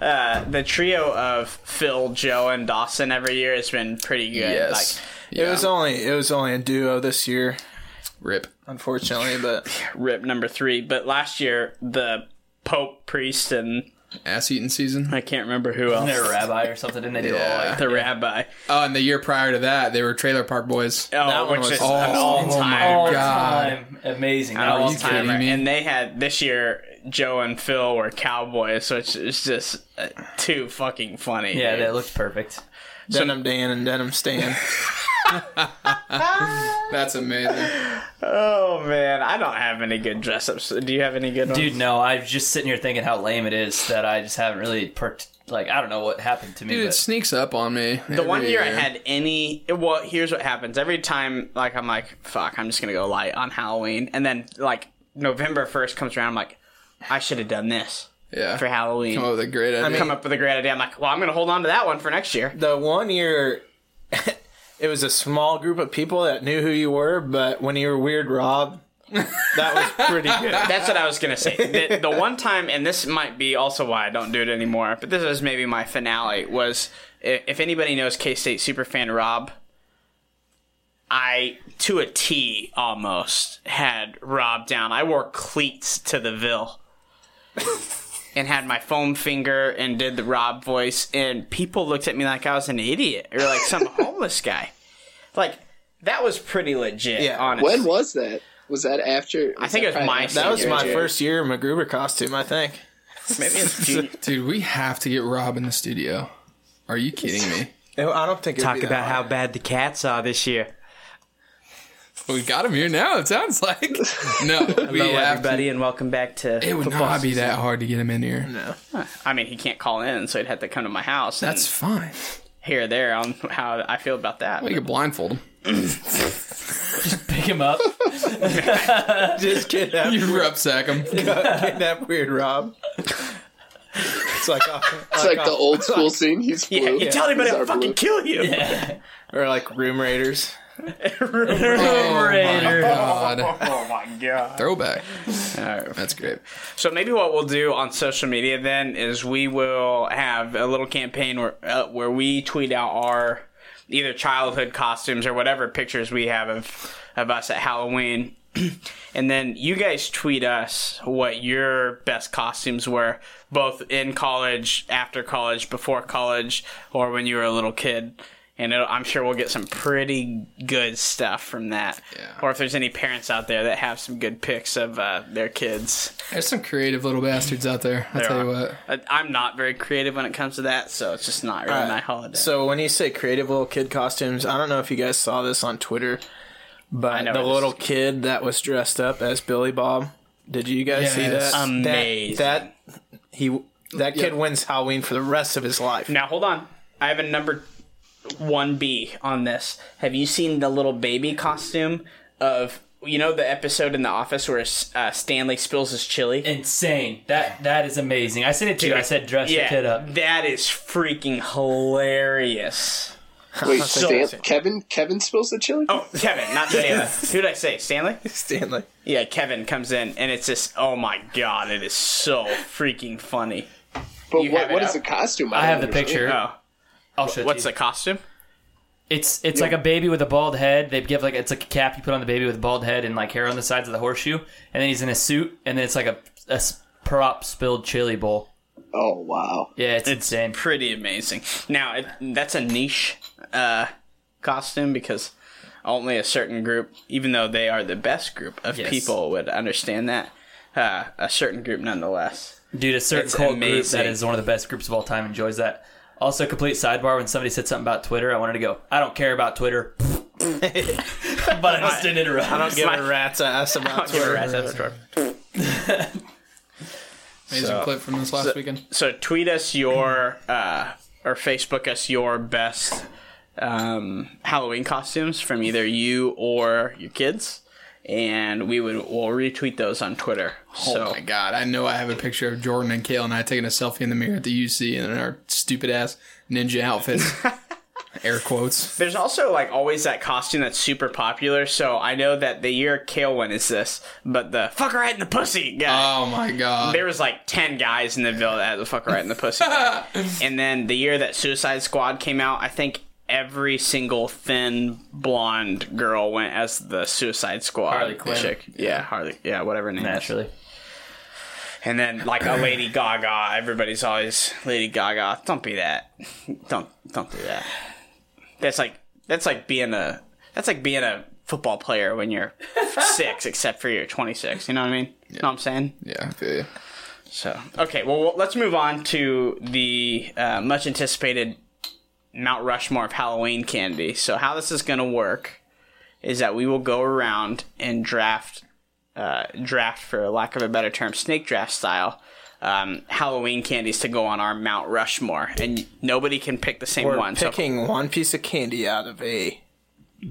A: Uh, the trio of Phil, Joe, and Dawson every year has been pretty good.
B: Yes.
D: It was only it was only a duo this year,
B: Rip.
D: unfortunately,
A: [LAUGHS]
D: but
A: Like rip number three, but last year the Pope, priest, and
B: Ass eating season.
A: I can't remember who else.
C: They're a rabbi or something, didn't they? Do all like
B: Yeah.
A: the rabbi.
B: Oh, and the year prior to that, they were Trailer Park Boys.
A: Oh,
D: That one
A: which
D: was
A: is
B: awesome.
A: an all
C: all
A: time.
C: time amazing. That
A: All
C: was
A: time.
B: kidding me?
A: And they had this year Joe and Phil were cowboys, which is just uh, too fucking funny.
C: Yeah,
A: dude.
C: that looked perfect.
A: [LAUGHS]
D: Denim Dan and Denim Stan.
B: That's amazing.
A: Oh man, I don't have any good dress ups. Do you have any good ones?
C: Dude, no, I'm just sitting here thinking how lame it is that I just haven't really perked. Like, I don't know what happened to me.
B: Dude, it
C: but-
B: sneaks up on me.
A: the one year I had any. Well, here's what happens. Every time, like, I'm like, fuck, I'm just gonna go light on Halloween, and then like November first comes around, I'm like, I should have done this
B: yeah.
A: for Halloween.
B: Come up with a great idea.
A: Come up with a great idea. I'm like, well, I'm gonna hold on to that one for next year.
D: the one year [LAUGHS] it was a small group of people that knew who you were, but when you were Weird Rob, that was pretty
A: [LAUGHS]
D: good.
A: That's what I was gonna say. The, the one time, and this might be also why I don't do it anymore, but this is maybe my finale. Was i- if anybody knows K State superfan Rob, I to a T almost had Rob down. I wore cleats to the Ville. And had my foam finger and did the Rob voice, and people looked at me like I was an idiot or like some homeless guy. Like that was pretty legit.
D: Yeah.
A: honestly.
E: When was that? Was that after? I
A: think it was my
D: That was
A: senior
D: my first year MacGruber costume, I think.
A: maybe it's junior.
B: Dude, we have to get Rob in the studio. Are you kidding me?
D: I don't think it'd
A: talk
D: be that
A: about how
D: hard.
A: bad the cats are this year.
B: We got him here now. It sounds
A: [LAUGHS]
B: like no. We
A: Hello,
B: have to.
A: everybody, and welcome back to.
B: It would
A: football
B: not be
A: season.
B: that hard to get him in here.
A: I mean, he can't call in, so he'd have to come to my house.
B: That's
A: That's
B: fine.
A: here or there on how I feel about that.
B: We could blindfold him.
A: [LAUGHS]
C: pick him up.
D: [LAUGHS] just kidnap,
B: You rucksack [LAUGHS] him.
D: kidnap Weird Rob. It's like, uh,
E: It's like the old school scene. He's blue.
A: [LAUGHS] yeah, you tell anybody,
E: He's
A: I'll
E: our
A: fucking
E: blue.
A: kill you. [LAUGHS]
D: or like Room Raiders.
C: Numerator.
B: Oh God.
A: Oh my god.
B: Throwback. That's great.
A: So maybe what we'll do on social media then is we will have a little campaign where uh, where we tweet out our either childhood costumes or whatever pictures we have of of us at Halloween. [CLEARS THROAT] and then you guys tweet us what your best costumes were both in college, after college, before college, or when you were a little kid. And it'll, I'm sure we'll get some pretty good stuff from that.
B: Yeah.
A: Or if there's any parents out there that have some good pics of uh, their kids.
B: There's some creative little bastards out there. I'll tell you what.
A: I- I'm not very creative when it comes to that, so it's just not really
D: Alright,
A: my holiday.
D: So when you say creative little kid costumes, I don't know if you guys saw this on Twitter, but
A: know
D: the
A: where this
D: little
A: is
D: kid that was dressed up as Billy Bob. Did you guys see
B: Yes.
D: that?
A: Amazing.
D: That, that he that kid wins Halloween for the rest of his life.
A: now hold on, I have a number one B on this. Have you seen the little baby costume of you know the episode in The Office where uh, Stanley spills his chili?
C: Insane. That that is amazing. I said it to you. I said dress your kid up.
A: that is freaking hilarious.
E: Wait,
D: So-
E: Stan- Kevin. Kevin spills the chili.
A: Oh, Kevin, not Stanley. Who did I say? Stanley?
D: Stanley.
A: Yeah, Kevin comes in, and it's just oh my god, it is so freaking funny.
E: but
A: you have
E: what,
A: it
E: what is
A: up?
E: the costume?
C: I
E: don't
C: have the
E: understand.
C: picture.
A: Oh,
C: I'll show it
A: what's
C: to
A: the
C: you.
A: costume?
C: It's it's like a baby with a bald head. They give like it's like a cap you put on the baby with a bald head and like hair on the sides of the horseshoe, and then he's in a suit, and then it's like a, a s- prop spilled chili bowl.
E: Oh wow.
C: Yeah, it's, insane.
A: pretty amazing. Now it, that's a niche uh, costume because only a certain group, even though they are the best group of
C: Yes.
A: people, would understand that. Uh, a certain group, nonetheless.
C: Dude, a certain
A: It's
C: cult group
A: amazing.
C: that is one of the best groups of all time enjoys that. Also, complete sidebar when somebody said something about Twitter, I wanted to go, I don't care about Twitter. [LAUGHS] but I just didn't interrupt. I
D: Don't give a rat's
A: [LAUGHS]
D: ass about Twitter.
B: Amazing clip from this last weekend.
A: So tweet us your uh, or Facebook us your best um, Halloween costumes from either you or your kids, and we would we'll retweet those on Twitter. so
B: Oh my god! I know I have a picture of Jordan and Kale and I taking a selfie in the mirror at the UC in our stupid ass ninja outfits. Air quotes.
A: There's also like always that costume that's super popular. So I know that the year Kale went is this, but the fucker right in the pussy
C: Uh.
A: guy.
B: Oh my god!
A: there was like ten guys in the villa that had the fucker right in the pussy.
C: [LAUGHS]
A: guy. and then the year that Suicide Squad came out, I think every single thin blonde girl went as the Suicide Squad
C: Harley Quinn.
A: chick. Yeah, Harley. Yeah, whatever her name. is.
C: Naturally.
A: And then like a Lady Gaga. Everybody's always Lady Gaga. Don't be that. Don't don't do that. That's like that's like being a that's like being a football player when you're six, except for you're 26. You know what I mean? Know what I'm saying?
B: Yeah, I feel you.
A: So okay, well let's move on to the uh, much anticipated Mount Rushmore of Halloween candy. So how this is going to work is that we will go around and draft, uh, draft for lack of a better term, snake draft style. Um, Halloween candies to go on our Mount Rushmore, and nobody can pick the same
D: We're
A: one. So
D: picking one piece of candy out of a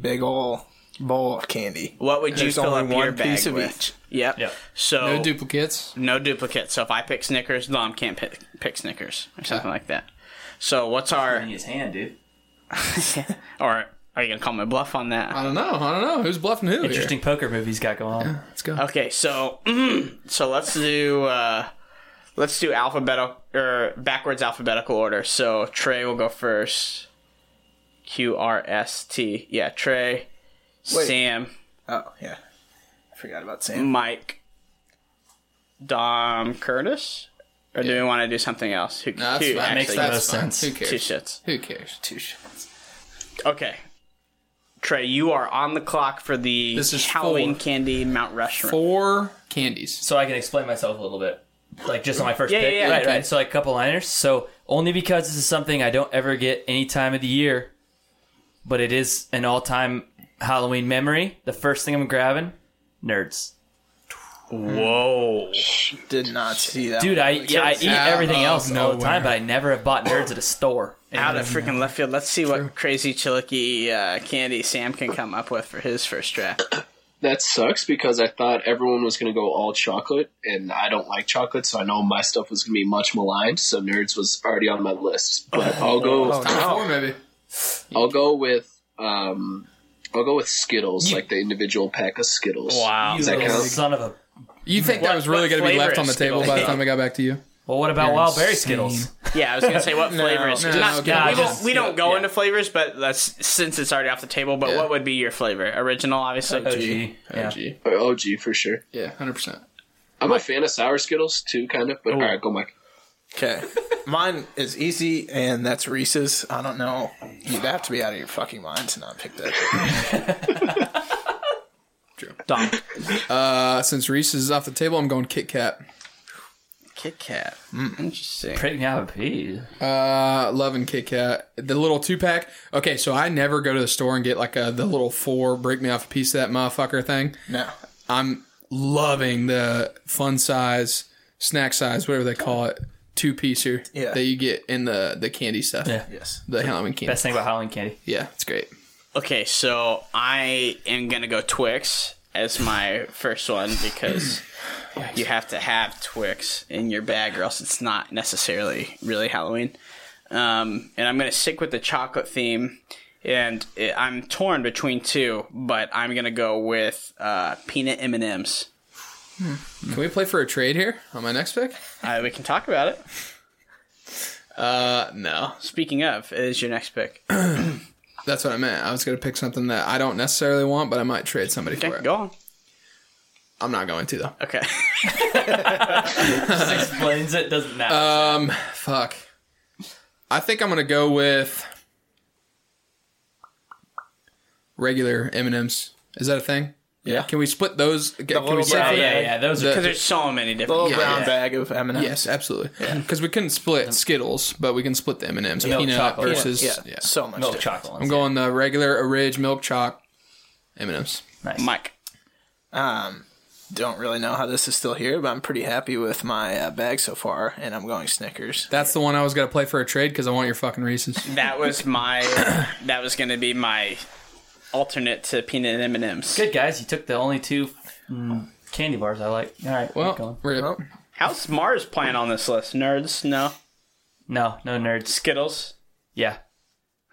D: big ol' bowl of candy.
A: what would you
D: There's
A: fill
D: only
A: up
D: one
A: your bag
D: piece of
A: with?
D: each.
A: Yep.
C: Yep.
A: So
B: No duplicates.
A: No duplicates. So if I pick Snickers, Dom can't pick, pick Snickers or something like that. So what's our
C: his hand, dude.
A: [LAUGHS] or are you gonna call my bluff on
B: I
A: that?
B: don't know. I don't know who's bluffing who.
C: Interesting poker move he's got going on.
B: Here. Let's go.
A: Okay, so [CLEARS THROAT] so let's do uh, let's do alphabetical or backwards alphabetical order. So Trey will go first. Q R S T. Yeah, Trey,
D: Wait.
A: Sam,
D: Oh yeah, I forgot about Sam.
A: Mike, Dom, Curtis. Or do we want to do something else? Who,
B: No, that's
A: who
B: fine.
C: makes
A: actually
C: the
A: gets
B: that's
C: most
B: fine.
C: sense.
B: Who
A: two
B: cares?
A: shits?
B: Who cares?
D: Two shots.
A: Okay. Trey, you are on the clock for the
B: This is
A: Halloween
B: four.
A: candy Mount Rushmore.
B: Four candies.
C: so I can explain myself a little bit. Like just on my first
A: Yeah,
C: pick.
A: yeah, yeah,
C: right,
A: okay.
C: right. So like a couple liners. So only because this is something I don't ever get any time of the year, but it is an all time Halloween memory. The first thing I'm grabbing, nerds.
A: Whoa.
D: Did not see that.
C: Dude, I yeah, I eat
B: out
C: everything
B: of
C: else all the
B: nowhere.
C: time, but I never have bought nerds at a store.
A: Out of freaking left field. Let's see what crazy chilicky uh, candy Sam can come up with for his first draft.
E: That sucks because I thought everyone was going to go all chocolate, and I don't like chocolate, so I know my stuff was going to be much maligned. So nerds was already on my list, but I'll go.
B: Four maybe.
E: I'll go with. Um, I'll go with Skittles, like the individual pack of Skittles.
A: Wow.
C: You
E: Does that
C: little
E: count?
C: son of a
B: You think that was really
A: what
B: going to be
A: flavor
B: left on the
A: is
B: table by the
A: Skittles?
B: time I got back to you?
C: Well what about
B: You're
C: wild berry
B: insane.
C: Skittles?
A: Yeah, I was going to say what flavor
B: [LAUGHS]
A: is
B: no,
A: not,
B: okay.
A: we,
C: Nah,
A: don't,
C: just-
A: we don't go
C: yeah.
A: into flavors, but that's since it's already off the table. But
B: Yeah.
A: what would be your flavor? Original, obviously.
C: OG. Yeah.
B: OG.
E: Or OG Oh, for sure.
B: Yeah, hundred percent.
E: I'm a fan of sour Skittles too, kind of. But all right, go Mike.
D: Okay. Mine is easy, and that's Reese's. I don't know. You'd have to be out of your fucking mind to not pick that.
A: Dom.
B: Uh, since Reese's is off the table, I'm going Kit Kat.
A: Kit Kat. Interesting.
C: Pretty yeah, pee.
B: Uh, loving Kit Kat. The little two pack. Okay, so I never go to the store and get like a, the little four break me off a piece of that motherfucker thing.
D: No.
B: I'm loving the fun size, snack size, whatever they call it, two piecer
D: Yeah.
B: that you get in the the candy stuff.
C: Yeah.
D: Yes.
B: The Halloween candy.
C: Best thing about Halloween candy.
B: Yeah, it's great.
A: Okay, so I am gonna go Twix as my first one because you have to have Twix in your bag, or else it's not necessarily really Halloween. Um, and I'm gonna stick with the chocolate theme, and it, I'm torn between two, but I'm gonna go with uh, peanut M and M's.
B: Can we play for a trade here on my next pick?
A: Uh, we can talk about it.
B: Uh, no.
A: Speaking of, is your next pick?
B: That's what I meant. I was gonna pick something that I don't necessarily want, but I might trade somebody for
A: Okay,
B: it.
A: go on.
B: I'm not going to though.
A: Okay. [LAUGHS]
C: Just explains it, doesn't matter.
B: Um, fuck. I think I'm gonna go with regular M and M's. Is that a thing?
D: Yeah.
B: Can we split those? Can we
D: little
C: yeah,
B: separate?
C: yeah,
D: okay.
C: yeah. Those
B: The-
C: are
A: Because there's so many
D: A
A: different.
D: little
B: Yeah.
D: brown
B: Yeah.
D: bag of M and M's.
B: Yes, absolutely. Because we couldn't split Skittles, but we can split the M and M's.
C: milk
B: Peanut
C: chocolate ones.
B: versus
D: Yeah.
B: yeah.
D: So much.
C: milk
D: different.
C: chocolate ones.
B: I'm going the regular, a ridge, milk choc, M and M's.
C: nice.
A: Mike.
D: Um, don't really know how this is still here, but I'm pretty happy with my uh, bag so far, and I'm going Snickers.
B: That's the one I was gonna play for a trade because I want your fucking Reese's.
A: That was my. that was going to be my alternate to peanut M and M's.
C: Good guys, you took the only two mm, candy bars I like. All right, keep
B: Well,
C: going.
B: we're
D: Well,
A: How's Mars playing on this list? Nerds, no.
C: no, no nerds.
A: Skittles.
C: Yeah,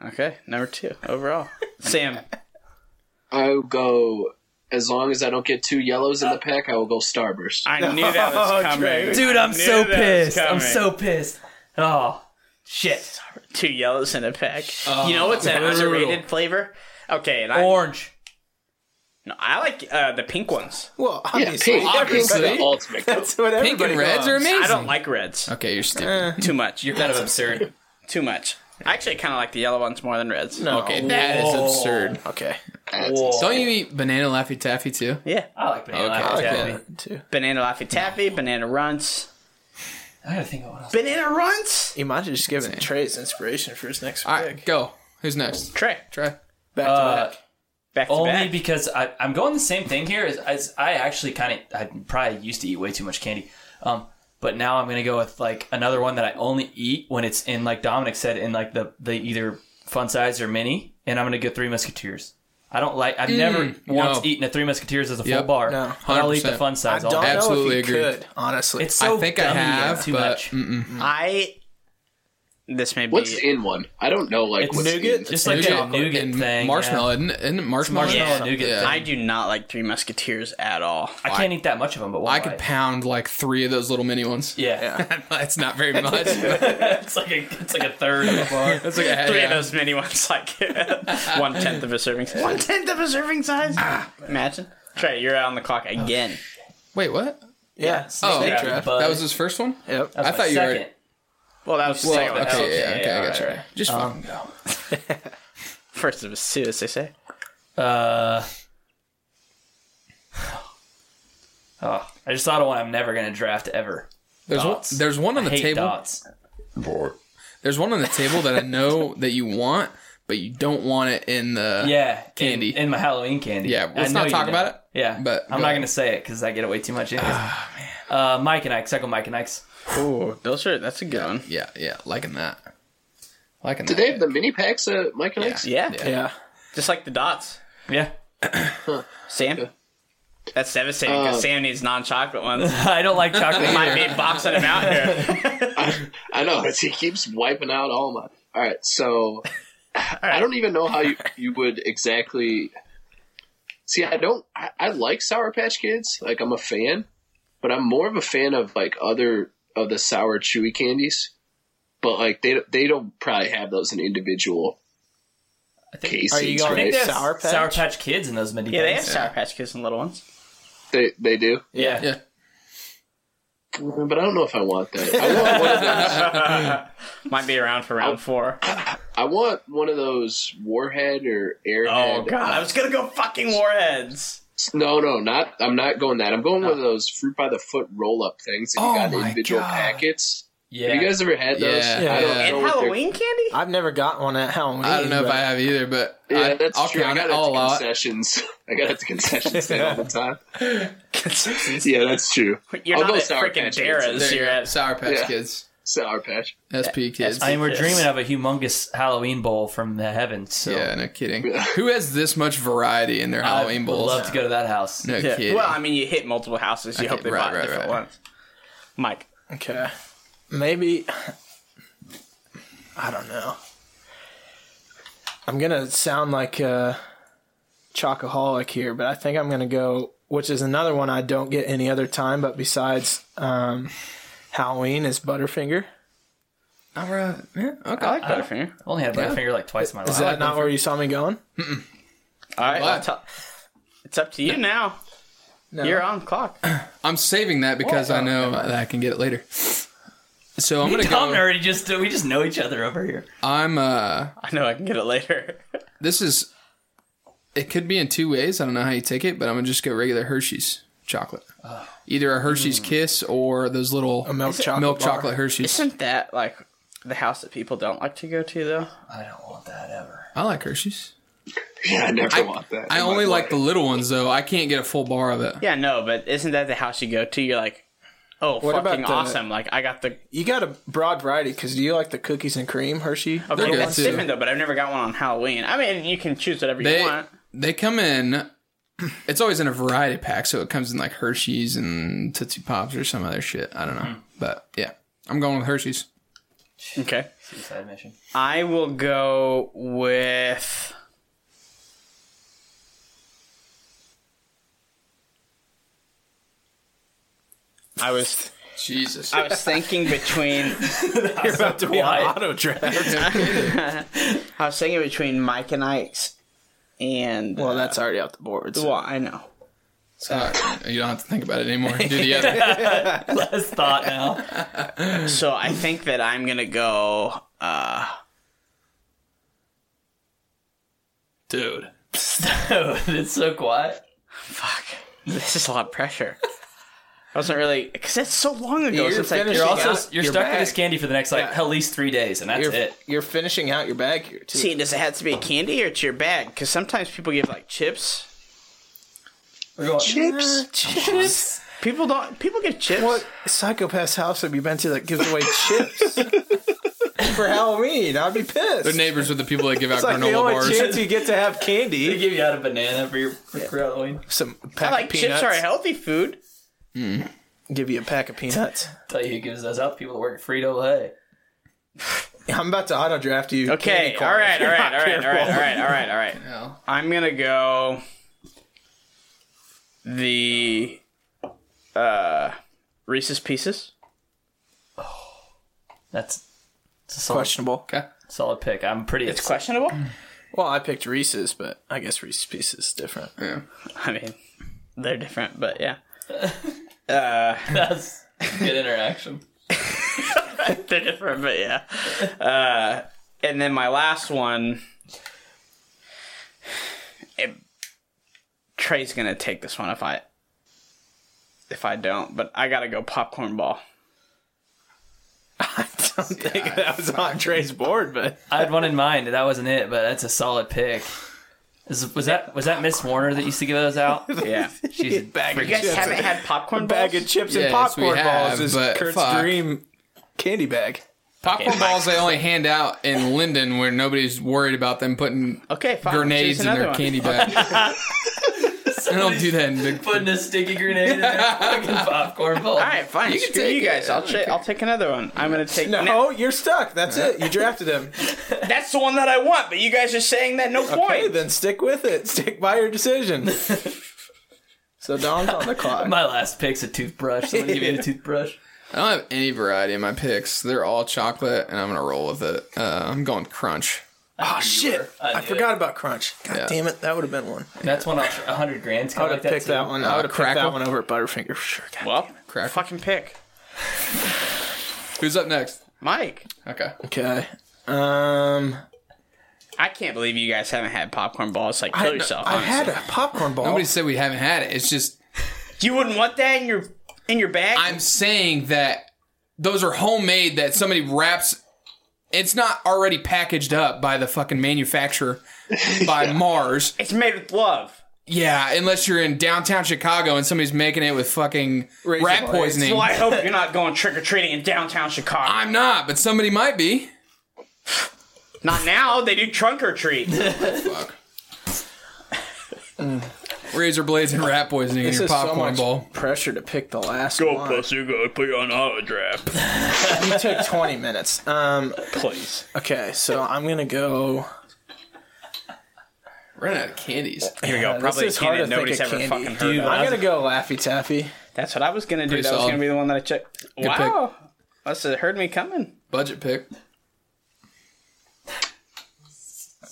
A: Okay, number two overall. Sam.
E: I'll go. As long as I don't get two yellows in the pack, I will go Starburst.
A: I
C: [LAUGHS]
A: knew that
C: Oh,
A: was coming,
C: dude, I'm
A: knew
C: so
A: that was
C: pissed. I'm
A: coming.
C: so pissed. Oh shit,
A: Two yellows in a pack.
C: Oh,
A: you know what's an
B: brutal.
A: underrated flavor? Okay, and I,
C: orange.
A: no, I like uh, the pink ones.
D: well,
E: yeah,
D: obviously,
E: pink. Pink's
D: everybody-
E: the
D: [LAUGHS]
E: ultimate. [LAUGHS]
D: that's what everybody
B: pink and reds
D: loves.
B: are amazing.
A: I don't like reds
B: Okay, you're stupid.
A: too much. You're
C: Kind of absurd.
A: too much. I actually kind of like the yellow ones more than reds.
D: No.
B: okay, that is absurd.
D: Okay.
B: Don't you eat banana laffy taffy too?
A: Yeah,
C: I like banana.
B: Okay.
C: latte.
D: I like that too.
A: banana laffy taffy, banana runts.
C: I gotta think of what else.
A: Banana runs.
D: You might have just given Trey's inspiration for his next pick.
B: All right, go. Who's next?
A: Trey,
B: Trey.
D: Back to
C: Uh,
D: back.
A: back to
C: Only
A: back.
C: because I, I'm going the same thing here. Is, is I actually kind of I probably used to eat way too much candy, um, but now I'm gonna go with like another one that I only eat when it's in like Dominic said in like the the either fun size or mini, and I'm gonna go Three Musketeers. I don't like. I've never
D: Mm.
C: once
B: no.
C: eaten a Three Musketeers as a
B: Yep,
C: full bar.
D: no,
C: but I'll eat the
B: 100%.
C: fun
D: I
C: size. all
D: don't
C: day.
B: Absolutely
D: know if you
B: agree.
D: could, honestly.
C: It's so
B: I think I
C: gummy and
B: have,
C: too
B: but
C: much.
D: Mm.
B: mm-mm.
A: I. This may be.
E: What's in one? I don't know. Like
C: It's
E: what's
D: nougat?
E: In.
C: Just like that nougat
B: and
C: thing.
B: marshmallow,
C: yeah.
B: isn't, it- isn't it marshmallow?
C: marshmallow
A: Yeah.
C: nougat
B: Yeah.
C: thing.
A: I do not like Three Musketeers at all.
C: I can't eat that much of them, but
B: I
C: why?
B: could pound like three of those little mini ones.
C: yeah.
B: [LAUGHS] That's not very
C: [LAUGHS]
B: much. but
C: it's like a it's like a third of a bar.
B: That's like a
A: Three of those mini ones, [LAUGHS] like one tenth of a serving size. One tenth of a serving size. Imagine. Trey, you're out on the clock again.
B: Wait, what?
D: yeah.
B: Oh,
D: snake
C: yeah.
D: draft.
C: But-
B: that was his first one.
D: Yep.
B: I thought you
C: second.
B: were.
A: [SIGHS] well, that was the
B: Well,
A: second one.
B: okay,
C: Okay,
B: yeah, okay,
C: yeah,
B: I got you.
C: alright. Um,
B: Just fucking go.
A: First of a suit, as they say.
C: Uh, [SIGHS] oh, I just thought of one I'm never gonna draft ever.
B: There's one,
C: dots.
B: there's one on the
C: Hate
B: table.
C: dots.
B: There's one on the table
C: [LAUGHS]
B: that I know that you want, but you don't want it in the.
C: Yeah, in-
B: Candy.
C: in, my Halloween candy.
B: Yeah, let's
C: I
B: not
C: know
B: talk
C: you
B: about
C: don't.
B: it,
C: Yeah,
B: but
C: I'm
B: go
C: not
B: ahead. Ah,
C: gonna say it because I get away too much. Anyways. Uh, Mike and Ike, Psycho Mike and Ike's.
A: Ooh, those are that's a good one.
B: Yeah, yeah, liking that. Liking
E: Do
B: that.
E: they have the mini packs at Mike and Ike's?
A: Yeah,
D: Yeah.
A: just like the dots.
C: Yeah, [LAUGHS]
A: Sam. That's devastating because
E: Uh,
A: Sam needs non-chocolate ones.
C: I don't
A: [LAUGHS]
C: like chocolate.
A: Might be boxing him out [LAUGHS] here.
E: I know. it's- He keeps wiping out all my. All right, so I don't even know how you, you would exactly. See, I don't. I, I like Sour Patch Kids. Like, I'm a fan, but I'm more of a fan of like other of the sour chewy candies. But like they they don't probably have those in individual
C: I think,
E: casings,
D: Are you
C: I
D: going
C: think
E: right?
C: they have
D: Sour
C: Sour
D: Patch?
C: Patch, Kids in those mini.
A: Yeah, they have
C: bags.
A: Sour Patch Kids and little ones.
E: They they do,
C: Yeah.
B: Yeah.
E: but I don't know if I want that. I want one of those.
A: Might be around for round four.
E: I want one of those Warhead or Airhead.
A: Oh god, I was gonna go fucking warheads.
E: No, no, not. I'm not going that. I'm going one of those fruit by the foot roll up things that you
B: Oh
E: got in
B: my
E: individual
B: God.
E: packets.
C: yeah.
E: Have you guys ever had those?
B: Yeah.
E: I don't
B: Yeah.
A: And
E: know what they're-
A: Halloween candy?
D: I've never got one at Halloween.
B: I don't know if
D: but
B: I have either, but
E: Yeah,
B: I,
E: that's
B: I'll
E: true. I
B: count it.
E: got it
B: I'll
E: at the
B: allow it.
E: concessions. [LAUGHS] I got it at the concession
B: [LAUGHS]
E: stand all the time. Yeah, that's true.
A: [LAUGHS] You're
E: I'll
A: not
E: go
A: at
E: Sour
A: freaking
E: Patch Kids.
A: Dara's.
B: There you
A: You're
B: go.
A: at
B: Sour Patch
E: Yeah.
B: Kids,
E: Sour Patch. [LAUGHS]
B: SP Kids.
C: I mean, we're
A: Yes.
C: dreaming of a humongous Halloween bowl from the heavens. So
B: yeah, no kidding. Who has this much variety in their
C: I
B: Halloween
C: would
B: bowls?
C: love to go to that house.
B: No
A: Yeah.
B: kidding.
A: Well, I mean, you hit multiple houses. You
B: Okay,
A: hope they
B: right,
A: bought
B: right,
A: different
B: right.
A: ones. Mike,
D: Okay. Maybe. I don't know. I'm going to sound like a chocoholic here, but I think I'm going to go, which is another one I don't get any other time, but besides um, Halloween, is Butterfinger.
B: All right. Yeah, okay.
A: I like Butterfinger.
C: I only had my finger like twice in my
D: Is
C: life.
D: that not where you saw me going?
A: All right,
B: What?
A: well, t- it's up to you now. You're on clock.
B: I'm saving that because I know that I can get it later. So I'm
C: Me
B: gonna
C: and Tom
B: go.
C: already just we just know each other over here.
B: I'm uh.
A: I know I can get it later.
B: This is. It could be in two ways. I don't know how you take it, but I'm gonna just go regular Hershey's chocolate. Either a Hershey's Kiss or those little
D: milk Is it- chocolate
B: milk
D: bar.
B: chocolate Hershey's.
A: Isn't that like the house that people don't like to go to though?
C: I don't want that ever.
B: I like Hershey's.
E: Yeah, I never want that.
B: I
E: in my
B: only like
E: life.
B: the little ones though. I can't get a full bar of it.
A: Yeah, no, but isn't that the house you go to? You're like, oh,
D: What about
A: fucking
D: the-
A: awesome! Like I got the.
D: You got a broad variety because do you like the cookies and cream Hershey?
A: Okay,
B: good
A: that's
B: too.
A: different though. But I've never got one on Halloween. I mean, you can choose whatever you
B: They
A: want.
B: they come in. It's always in a variety pack, so it comes in like Hershey's and Tootsie Pops or some other shit. I don't know, but yeah, I'm going with Hershey's.
A: Okay,
C: Suicide mission.
A: I will go with. I was
B: Jesus,
A: I was thinking between
D: You're about [LAUGHS] to be on
C: Quiet.
D: auto draft.
A: I was thinking between Mike and Ike's and uh,
D: well, Oh, that's already off the board. so-
A: well, I know.
B: you don't have to think about it anymore. Do the other.
C: Last thought [LAUGHS] now.
A: So I think that I'm gonna go. Uh,
B: dude.
C: it's so quiet.
A: fuck, this is a lot of pressure. wasn't really because that's so long ago
D: You're
A: since I
D: finishing
A: you're
C: You're
A: also,
C: also
D: out
C: you're
D: your
C: stuck
D: bag.
C: with this candy for the next like
D: Yeah.
C: at least three days, and that's
D: You're,
C: it.
D: you're finishing out your bag here too.
A: see. Does it have to be candy or it's your bag? Because sometimes people give like chips.
C: We're going,
E: Chips.
A: Chips. People don't. People get chips.
D: What psychopath's house have you been to that gives away chips [LAUGHS] for Halloween? I'd be pissed.
B: They're neighbors with the people that give out
D: it's like the
B: granola
D: only
B: bars.
D: chance you get to have
C: they
D: candy.
C: give you out a banana for your for Halloween.
D: Some
A: I
D: pack
A: like
D: of peanuts.
A: chips are a healthy food.
D: Give you a pack of peanuts.
C: Tell you who gives those out? People that work at Frito Lay.
D: I'm about to auto draft you.
A: Okay.
D: candy corn
A: All right.
D: if
A: All
D: [LAUGHS]
A: [LAUGHS]
D: you're
A: right.
D: not
A: All right. All
D: careful.
A: right. All right. All right. All
D: [LAUGHS]
A: right. I'm gonna go. The uh, Reese's Pieces.
C: That's it's a solid,
D: Questionable.
B: Okay.
C: solid pick. I'm pretty.
A: It's questionable.
D: Well, I picked Reese's, but I guess Reese's Pieces is different.
B: Yeah.
A: [LAUGHS] I mean, they're different, but yeah,
C: That's [LAUGHS] good interaction.
A: [LAUGHS] they're different, but yeah. [LAUGHS] Uh, and then my last one. It, Trey's gonna take this one if I if I don't, but I gotta go popcorn ball.
D: [LAUGHS] I don't think that was on Trey's board, but
C: I had one in mind. That wasn't it, but that's a solid pick. Is, was that was that Miss Warner that used to give those out?
A: Yeah,
D: [LAUGHS]
C: She's a
D: bag of
A: you guys
D: chips,
A: haven't
D: [LAUGHS]
A: had popcorn balls.
D: bag of chips and
B: Yes,
D: popcorn
B: we have,
D: balls is
B: but
D: Kurt's
B: fuck.
D: dream candy bag.
B: Popcorn balls they only hand out in Linden where nobody's worried about them putting
A: okay, fine.
B: grenades
A: Choose
B: in their
A: Oh, another one.
B: candy bag. I don't do that in big.
C: putting a sticky grenade in that fucking popcorn bowl.
A: All right, fine. You
B: can
A: screw
B: take
A: you guys.
B: it.
A: I'll cha- I'll take another one. I'm gonna take
D: No,
A: no.
D: you're stuck. That's it. You drafted him.
A: That's the one that I want, but you guys are saying that no
D: Okay,
A: point.
D: then stick with it. Stick by your decision. so Don's on the clock.
C: My last pick's a toothbrush. Someone give
B: [LAUGHS]
C: me a toothbrush.
B: I don't have any variety in my picks. They're all chocolate, and I'm gonna roll with it. Uh, I'm going crunch.
D: oh shit!
C: I
D: I,
C: knew
D: forgot about Crunch. God
B: Yeah.
D: damn it, that would have been one.
C: That's one I'll try. 100 grand's
D: I
C: kind
D: would
C: of like
D: have
C: that,
D: picked
C: too.
D: that one. I would have picked
B: Uh, Crackle?
D: that one over Butterfinger for sure. God.
A: Well,
B: Cracker.
A: fucking pick,
B: Who's up next?
A: Mike.
B: Okay.
D: Okay. Um,
A: I can't believe you guys haven't had popcorn balls. Like kill
D: I,
A: yourself.
D: I
A: honestly.
D: had a popcorn ball.
B: Nobody said we haven't had it. It's just
A: You wouldn't want that in your in your bag.
B: I'm saying that those are homemade. That somebody wraps. It's not already packaged up by the fucking manufacturer by Mars.
A: it's made with love.
B: Yeah, unless you're in downtown Chicago and somebody's making it with fucking
D: Razor
B: rat
D: blades.
B: poisoning.
A: Well, I hope you're not going trick or treating in downtown Chicago.
B: I'm not, but somebody might be.
A: not now. They do trunk or [LAUGHS] treat.
B: Fuck. Razor blades and rat poisoning in
D: This
B: your
D: is so
B: popcorn
D: much
B: bowl.
D: pressure to pick the last one.
A: go put you on auto draft,
D: You took 20 minutes. Um, [LAUGHS]
A: please.
D: okay, so I'm gonna go.
B: Running out of candies.
A: Here we go.
D: This
A: Probably
D: is hard to
A: can't.
D: think
A: Nobody's
D: of
A: ever
D: candy.
A: fucking heard
D: Dude,
A: of.
D: I'm gonna go Laffy Taffy.
A: That's what I was gonna do.
B: Pretty
A: that was
B: solid.
A: gonna be the one that I checked.
B: pick.
A: wow, must have heard me coming.
B: Budget pick.
E: This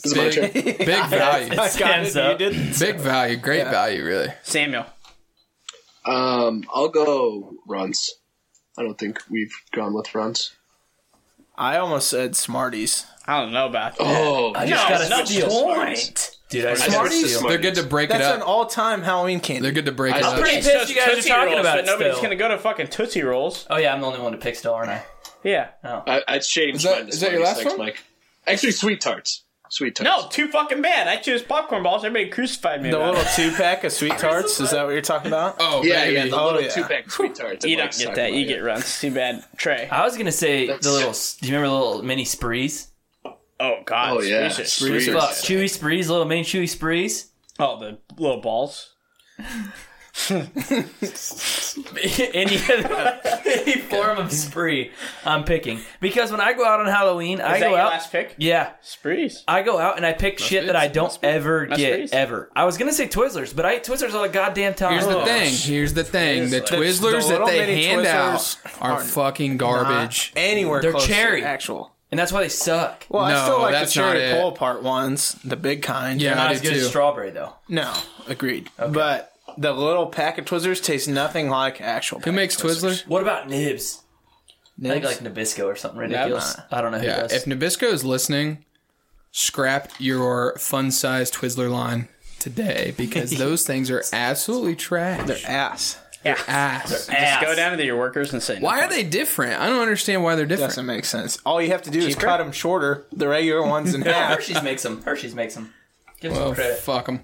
E: is my turn.
B: Big, big value.
C: [LAUGHS]
D: I
C: stands up.
D: You did.
B: Big value. Great value, really.
A: Samuel,
E: Um, I'll go runs. I don't think we've gone with runs.
D: I almost said Smarties.
A: I don't know about that.
E: Oh, I
C: just gotta
A: no
C: steal.
A: point.
C: Dude, I just
E: gotta
C: Smarties?
E: steal.
B: They're good to break
D: That's
B: it up.
D: an all-time Halloween candy.
B: They're good to break
E: I-
B: it
E: I'm
B: up.
C: pretty-
A: It's
C: pissed
A: just
C: you guys are
A: Tootsie
C: talking
A: Rolls,
C: about
A: but
C: it
A: Nobody's
C: still.
A: gonna go to fucking Tootsie Rolls.
C: Oh, yeah, I'm the only one to pick still, aren't I?
A: Yeah.
E: I, I changed
B: Is that-
E: mine to
B: is that your
E: Smarties.
B: last
E: Thanks,
B: one?
E: Mike. Actually, sweet tarts. Sweet tarts.
A: No, too fucking bad. I chose popcorn balls. Everybody crucified me.
D: the
A: about
D: little
A: it.
D: two-pack
C: [LAUGHS]
D: of sweet tarts. Is that what you're talking about?
B: oh,
E: Yeah,
B: baby.
E: yeah, the
D: Oh,
E: little
D: yeah.
E: two pack sweet
A: [LAUGHS]
E: tarts.
A: you
E: that
A: don't
E: Mike's
A: get
E: talking
A: that. You
E: about.
A: get runs. Too bad, Trey.
C: I was going to say
E: That's-
C: the little. Do you remember the little mini sprees?
A: Oh God.
E: Oh yeah,
A: Reese's.
E: Sweet.
C: Fuck, chewy sprees, little mini chewy sprees. [LAUGHS]
A: Oh, the little balls.
B: [LAUGHS]
C: any, other- any form of spree I'm picking. Because when I go out on Halloween, I
A: Is that
C: go
A: your
C: out.
A: last pick?
C: yeah,
A: Sprees.
C: I go out and I pick shit
B: be.
C: that I don't ever
A: Must
C: get
A: be.
C: ever. I was gonna say Twizzlers, but I eat Twizzlers all the goddamn time.
B: Here's the
C: Ugh.
B: thing. Here's the thing. The
D: Twizzlers. The
B: Twizzlers that
D: little
B: they
D: mini
B: hand out
D: Twizzlers
B: are
D: are
B: fucking
C: Uh,
B: garbage.
D: Not anywhere
C: They're
D: close
C: cherry.
D: to actual.
C: and that's why they suck.
D: Well,
B: No,
D: I still like the
B: that's not
D: cherry
B: it.
D: pull apart ones, the big kind.
B: Yeah,
C: Not
B: I
C: as
B: do
C: good as
B: too.
C: strawberry though.
D: No, agreed. But the little pack of Twizzlers tastes nothing like actual.
B: Who makes Twizzlers?
C: What about nibs? I think
D: Nibs?
C: like Nabisco or something ridiculous. I don't know who
B: Yeah,
C: does.
B: if Nabisco is listening, scrap your fun-sized Twizzler line today because those things are absolutely trash.
D: ass?
A: Yeah.
B: Ass.
A: Just go down to your workers and say, no.
B: Why are they different? I don't understand why they're different.
D: Doesn't make sense. All you have to do is cut them shorter, the regular ones
C: [LAUGHS]
D: in half.
C: Hershey's makes them. Hershey's makes them. Give them
B: Oh,
C: some credit.
B: fuck them.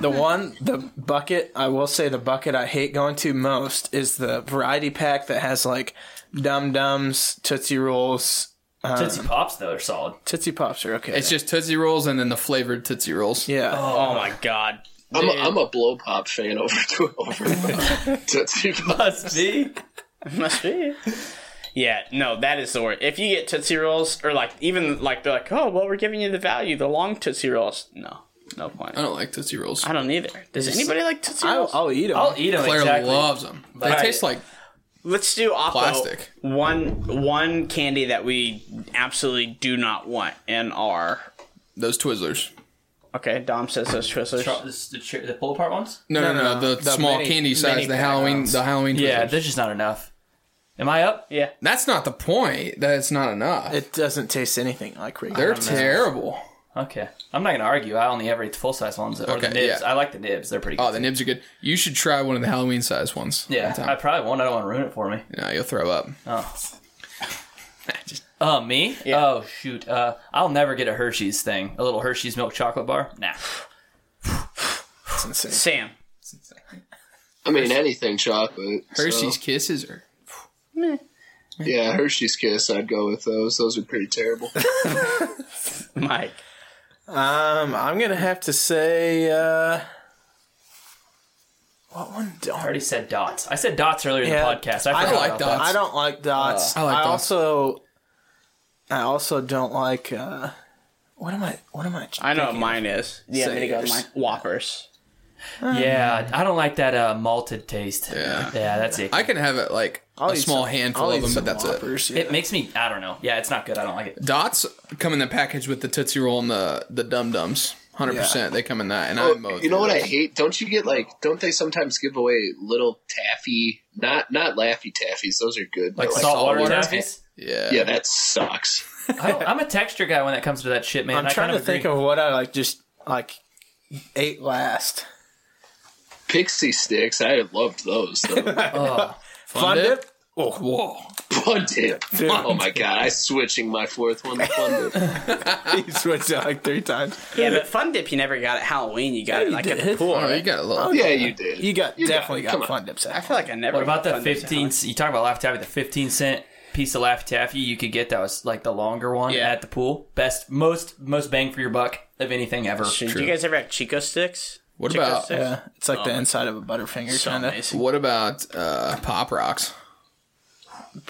D: The one, the bucket, I will say the bucket I hate going to most is the variety pack that has like Dum Dums, Tootsie Rolls,
C: Tootsie Pops though are solid.
D: Tootsie Pops are okay.
B: It's just Tootsie Rolls and then the flavored Tootsie Rolls.
D: yeah.
A: Oh my god.
E: I'm a, I'm a blow pop fan over [LAUGHS] to over
A: [LAUGHS]
E: Tootsie Pop.
C: Must be.
A: Must be. Yeah, no, that is the word. If you get Tootsie Rolls, or like, even like, they're like, oh, well, we're giving you the value, the long Tootsie Rolls. No, no point.
B: I don't like Tootsie Rolls.
A: I don't either. Does anybody like Tootsie
D: I'll,
A: Rolls?
D: I'll eat them.
B: Oh.
C: I'll eat them
B: Claire
C: exactly.
B: loves them. They
C: Right.
B: taste like
A: Let's do off the-
B: Plastic.
A: one one candy that we absolutely do not want and are.
B: those Twizzlers.
A: Okay, Dom says those Twizzlers.
C: Tro- this- the, ch- the pull apart ones.
B: No, no, no,
D: no,
B: the,
D: the
B: small
D: mini-
B: candy size,
D: mini
B: the
D: pack
B: Halloween,
D: ones.
B: the Halloween.
C: Yeah,
B: Twizzlers.
C: there's just not enough. Am I up?
A: Yeah.
B: that's not the point. That it's not enough.
D: It doesn't taste anything like regular. Um,
B: They're terrible.
C: Okay. I'm not gonna argue. I only ever eat the full size ones. Or
B: Okay,
C: the nibs.
B: yeah.
C: I like the nibs. They're pretty. good.
B: Oh, the nibs are good. You should try one of the Halloween size ones.
C: yeah,
B: Sometime.
C: I probably won't. I don't want to ruin it for me.
B: no, you'll throw up.
C: Uh, me? Oh shoot. Uh, I'll never get a Hershey's thing. A little Hershey's milk chocolate bar. Nah.
D: It's insane.
A: Sam.
E: I mean, anything chocolate. so-
B: Hershey's Kisses are
E: Yeah, Hershey's Kiss, I'd go with those. Those are pretty terrible.
A: Mike.
D: Um, I'm gonna have to say, uh, what one?
C: I
D: Darn.
C: already said dots. I said dots earlier in
D: Yeah.
C: the podcast. I,
D: I
C: forgot
D: don't
B: like
C: about
B: dots. Uh,
D: I don't like dots.
B: I like
D: I
B: dots.
D: also, I also don't like. Uh, what am I? What am I?
A: I know what mine is. Yeah,
D: I'm gonna go with mine.
A: Whoppers.
C: Yeah, I don't like that uh, malted taste.
B: Yeah.
C: that's it.
B: I can have it like
D: I'll
B: a
D: eat
B: small
D: some-
B: handful
D: I'll
B: of
D: eat
B: them, but
D: some
B: that's it.
D: Whoppers, yeah.
C: It makes me. I don't know. Yeah, it's not good. I don't like it.
B: Dots come in the package with the Tootsie Roll and the the Dum Dums. Hundred percent, they come in that.
D: Oh,
B: And [LAUGHS] I'm
E: you know what I hate? Don't you get like? Don't they sometimes give away little taffy? Not not laffy taffies. Those are good. but,
B: Like
C: Salt, water
B: saltwater
C: taffies.
B: Yeah,
E: Yeah, that sucks.
C: I don't- I'm a texture guy when it comes to that shit, man.
D: I'm
C: I
D: trying
C: kind
D: to think
C: agree.
D: of what I like. Just like ate last.
E: Pixie sticks. I loved those.
B: [LAUGHS]
E: Though.
D: Fun
B: dip?
D: dip. Oh, whoa!
E: Fun dip. Oh my god! I switching my fourth one to fun
B: [LAUGHS]
D: [LAUGHS]
E: dip.
D: he switched it like three times.
A: Yeah, but Fun Dip you never got at Halloween. You got it
D: you
A: like at the
D: did.
A: pool.
B: Oh,
A: right?
B: you got a little.
E: Yeah, you did.
D: You got definitely
E: come
D: got,
E: on.
D: fun dips.
A: I feel like I never.
C: What
A: got
C: about the
A: Fun Dips at
C: 15? You talk about Laffy Taffy, the 15 cent piece of Laffy Taffy you could get that was like the longer one
A: Yeah.
C: at the pool. Best, most, most bang for your buck of anything ever.
A: Halloween. Do you guys ever have Chico sticks?
B: What
A: Chico
B: about
A: sticks?
D: Yeah, it's like the inside of a butterfinger
A: Oh, So
D: kind of.
A: amazing.
B: what about uh, Pop Rocks?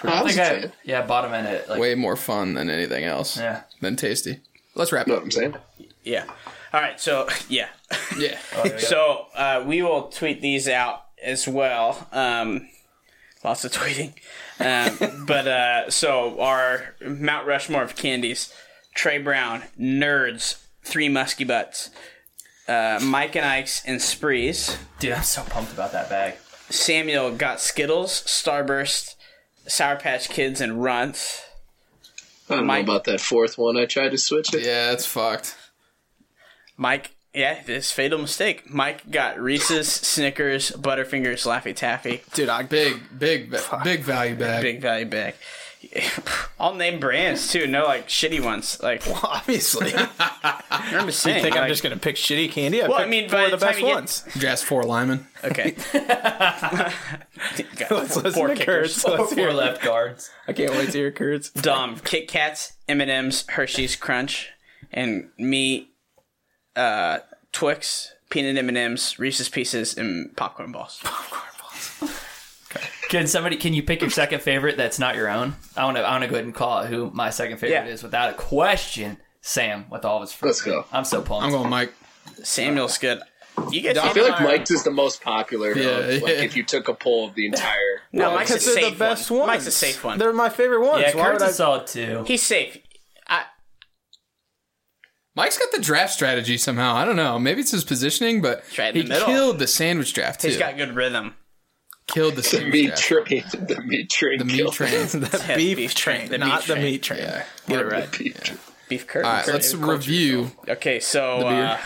E: I
C: I
E: was
C: think
E: a
C: I,
E: fan.
C: yeah, bottom end it. Like,
B: Way more fun than anything else.
C: Yeah.
B: than tasty. Let's wrap it
E: Know
B: up.
E: what I'm saying?
A: Yeah. All right. So [LAUGHS] yeah.
B: Yeah,
A: So uh, we will tweet these out as well. Um, lots of tweeting. Um, but uh, so our Mount Rushmore of candies: Trey Brown, Nerds, Three Musky Butts, uh, Mike and Ike's, and Sprees.
C: dude, I'm so pumped about that bag.
A: Samuel got Skittles, Starburst, Sour Patch Kids, and Runts.
E: I don't
A: Mike-
E: know about that fourth one. I tried to switch it.
B: yeah, it's fucked.
A: Mike, yeah, this fatal mistake. Mike got Reese's, Snickers, Butterfingers, Laffy Taffy.
D: Dude, I
B: Big, big, va- big value bag.
A: Big value bag. [LAUGHS] All name brands too, no like shitty ones. Like [LAUGHS]
D: [LAUGHS] obviously.
A: I'm just saying.
D: think I'm
A: like-
D: just gonna pick shitty candy. I well,
A: I
D: picked I
A: mean,
D: mean,
A: by
D: four of
A: the
D: the
A: time
D: best
A: you get-
D: ones. [LAUGHS]
B: Just four linemen.
A: okay. Got
D: Let's listen
A: four
D: to
A: kickers.
D: Kurt's. Let's
C: Four
D: hear-
C: left guards.
D: I can't wait to hear Kurt's.
A: Dumb Kit Kats, M and M's, Hershey's Crunch, and me, uh, Twix, peanut M and M's, Reese's Pieces, and popcorn
D: [LAUGHS]
A: balls.
C: Can somebody? Can you pick your second favorite that's not your own? I want to. I want to go ahead and call out who my second favorite
A: Yeah.
C: is without a question. Sam with all of his friends.
E: Let's go.
C: I'm so pumped.
B: I'm going Mike.
A: Samuel's good. You guys,
E: I
A: need
E: feel
A: to
E: like Mike's is the most popular. though.
B: Yeah,
E: like
B: yeah.
E: if you took a poll of
B: [LAUGHS]
E: the entire.
A: [LAUGHS] no,
E: world.
A: Mike's a
D: Because they're
A: safe
D: the best
A: one.
D: ones.
A: Mike's a safe one.
D: They're my favorite ones.
C: yeah,
D: Why would
C: Kurt's
D: I...
C: is solid too.
A: He's safe. I,
B: Mike's got the draft strategy somehow. I don't know. Maybe it's his positioning, but
A: right in
B: he
A: the middle.
B: killed the sandwich draft too.
A: he's got good rhythm.
B: killed the
E: [LAUGHS] The
B: sandwich
E: meat
B: draft.
E: train. The meat train.
B: the meat [LAUGHS]
E: killed
B: train.
D: the
A: Yeah,
D: beef,
A: beef
D: train,
A: train, the
D: not
A: beef
D: the
A: train.
D: meat train.
B: yeah.
A: Get it right.
E: the meat train.
A: Beef curtain.
B: All right, let's review
A: Okay, so uh,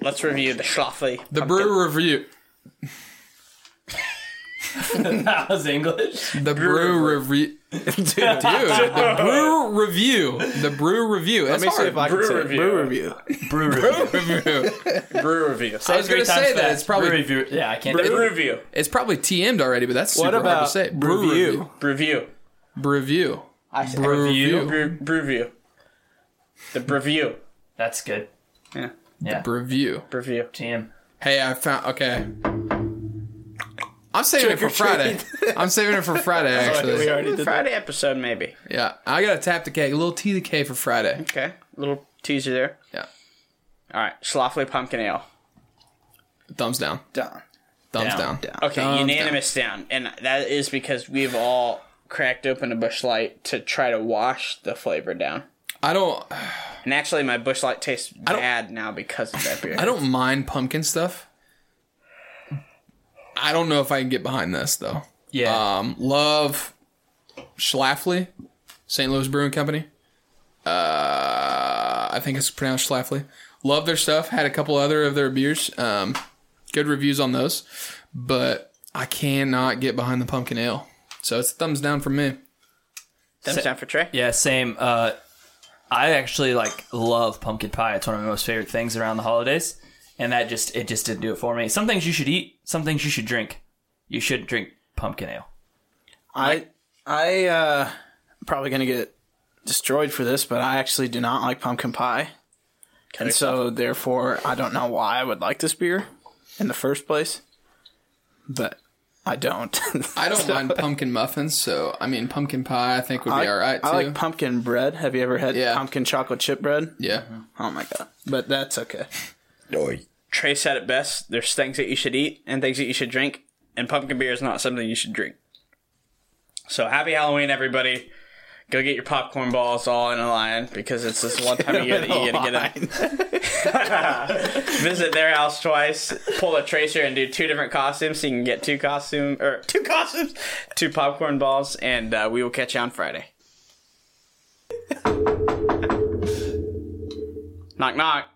A: let's review the Schlafly.
B: the brew review.
C: [LAUGHS] that was English.
B: The brew review. [LAUGHS] dude, the brew review. The brew review. That's
D: Let me see if I
B: hard.
D: can
A: Brew
D: say it.
A: review.
D: brew review.
C: Brew review.
B: Brew review. [LAUGHS]
A: Brew review.
B: I was
C: Three
B: going to
C: times
B: say that
C: fast.
B: it's probably
C: Brew review. Yeah, I can't.
A: Brew review.
B: it's probably TM'd already, but that's super
D: What
B: hard
D: about
B: to say.
D: brew review?
A: Brew review.
B: Brew review. Brew review.
A: Brew, brew review. The brew review.
C: That's good.
A: Yeah.
C: Yeah.
B: Brew review.
A: Brew review.
C: Damn.
B: Hey, I found. Okay. I'm saving it for Friday.
D: [LAUGHS]
B: I'm saving it for Friday,
D: We
B: actually.
D: already did that.
A: Friday episode maybe.
B: Yeah, I got to tap the cake. A little tea the K for Friday.
A: Okay. Little teaser there.
B: Yeah.
A: All right. Slothly pumpkin ale.
B: Thumbs down.
A: Done.
B: Thumbs down.
C: Down.
A: Okay,
B: Thumbs
A: unanimous down. and that is because we've all cracked open a bush light to try to wash the flavor down.
B: I don't.
A: And actually, my bush light tastes
B: don't-
A: bad now because of that beer.
B: I don't mind pumpkin stuff. I don't know if I can get behind this though.
C: Yeah.
B: Um, love Schlafly, St. Louis Brewing Company. Uh, I think it's pronounced Schlafly. Love their stuff. Had a couple other of their beers. Um, good reviews on those, but I cannot get behind the pumpkin ale. So it's thumbs down for me.
A: Thumbs down for Trey.
C: yeah. Same. Uh, I actually like love pumpkin pie. It's one of my most favorite things around the holidays, and that just it just didn't do it for me. Some things you should eat. Some things you should drink. You shouldn't drink pumpkin ale.
D: I I uh probably gonna get destroyed for this, but I actually do not like pumpkin pie. And so therefore I don't know why I would like this beer in the first place. But I don't. [LAUGHS]
B: I don't mind pumpkin muffins, so I mean pumpkin pie. I think would be
D: I,
B: all right too.
D: I like pumpkin bread. Have you ever had
B: Yeah.
D: pumpkin chocolate chip bread? [LAUGHS]
B: yeah,
D: Oh my god. But that's [LAUGHS] okay.
A: Trey said it best. There's things that you should eat and things that you should drink, and pumpkin beer is not something you should drink. So happy Halloween, everybody! Go get your popcorn balls all in a line because it's this one time a year that you get to get them. [LAUGHS] Visit their house twice, pull a tracer, and do two different costumes so you can get two costume or two costumes, two popcorn balls, and uh, we will catch you on Friday. [LAUGHS] knock knock.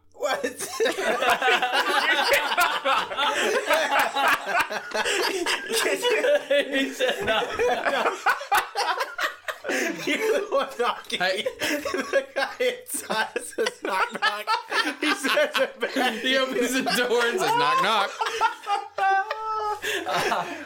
B: Hey.
D: [LAUGHS] the guy inside says knock knock. He says it back.
B: he opens the door and says knock knock.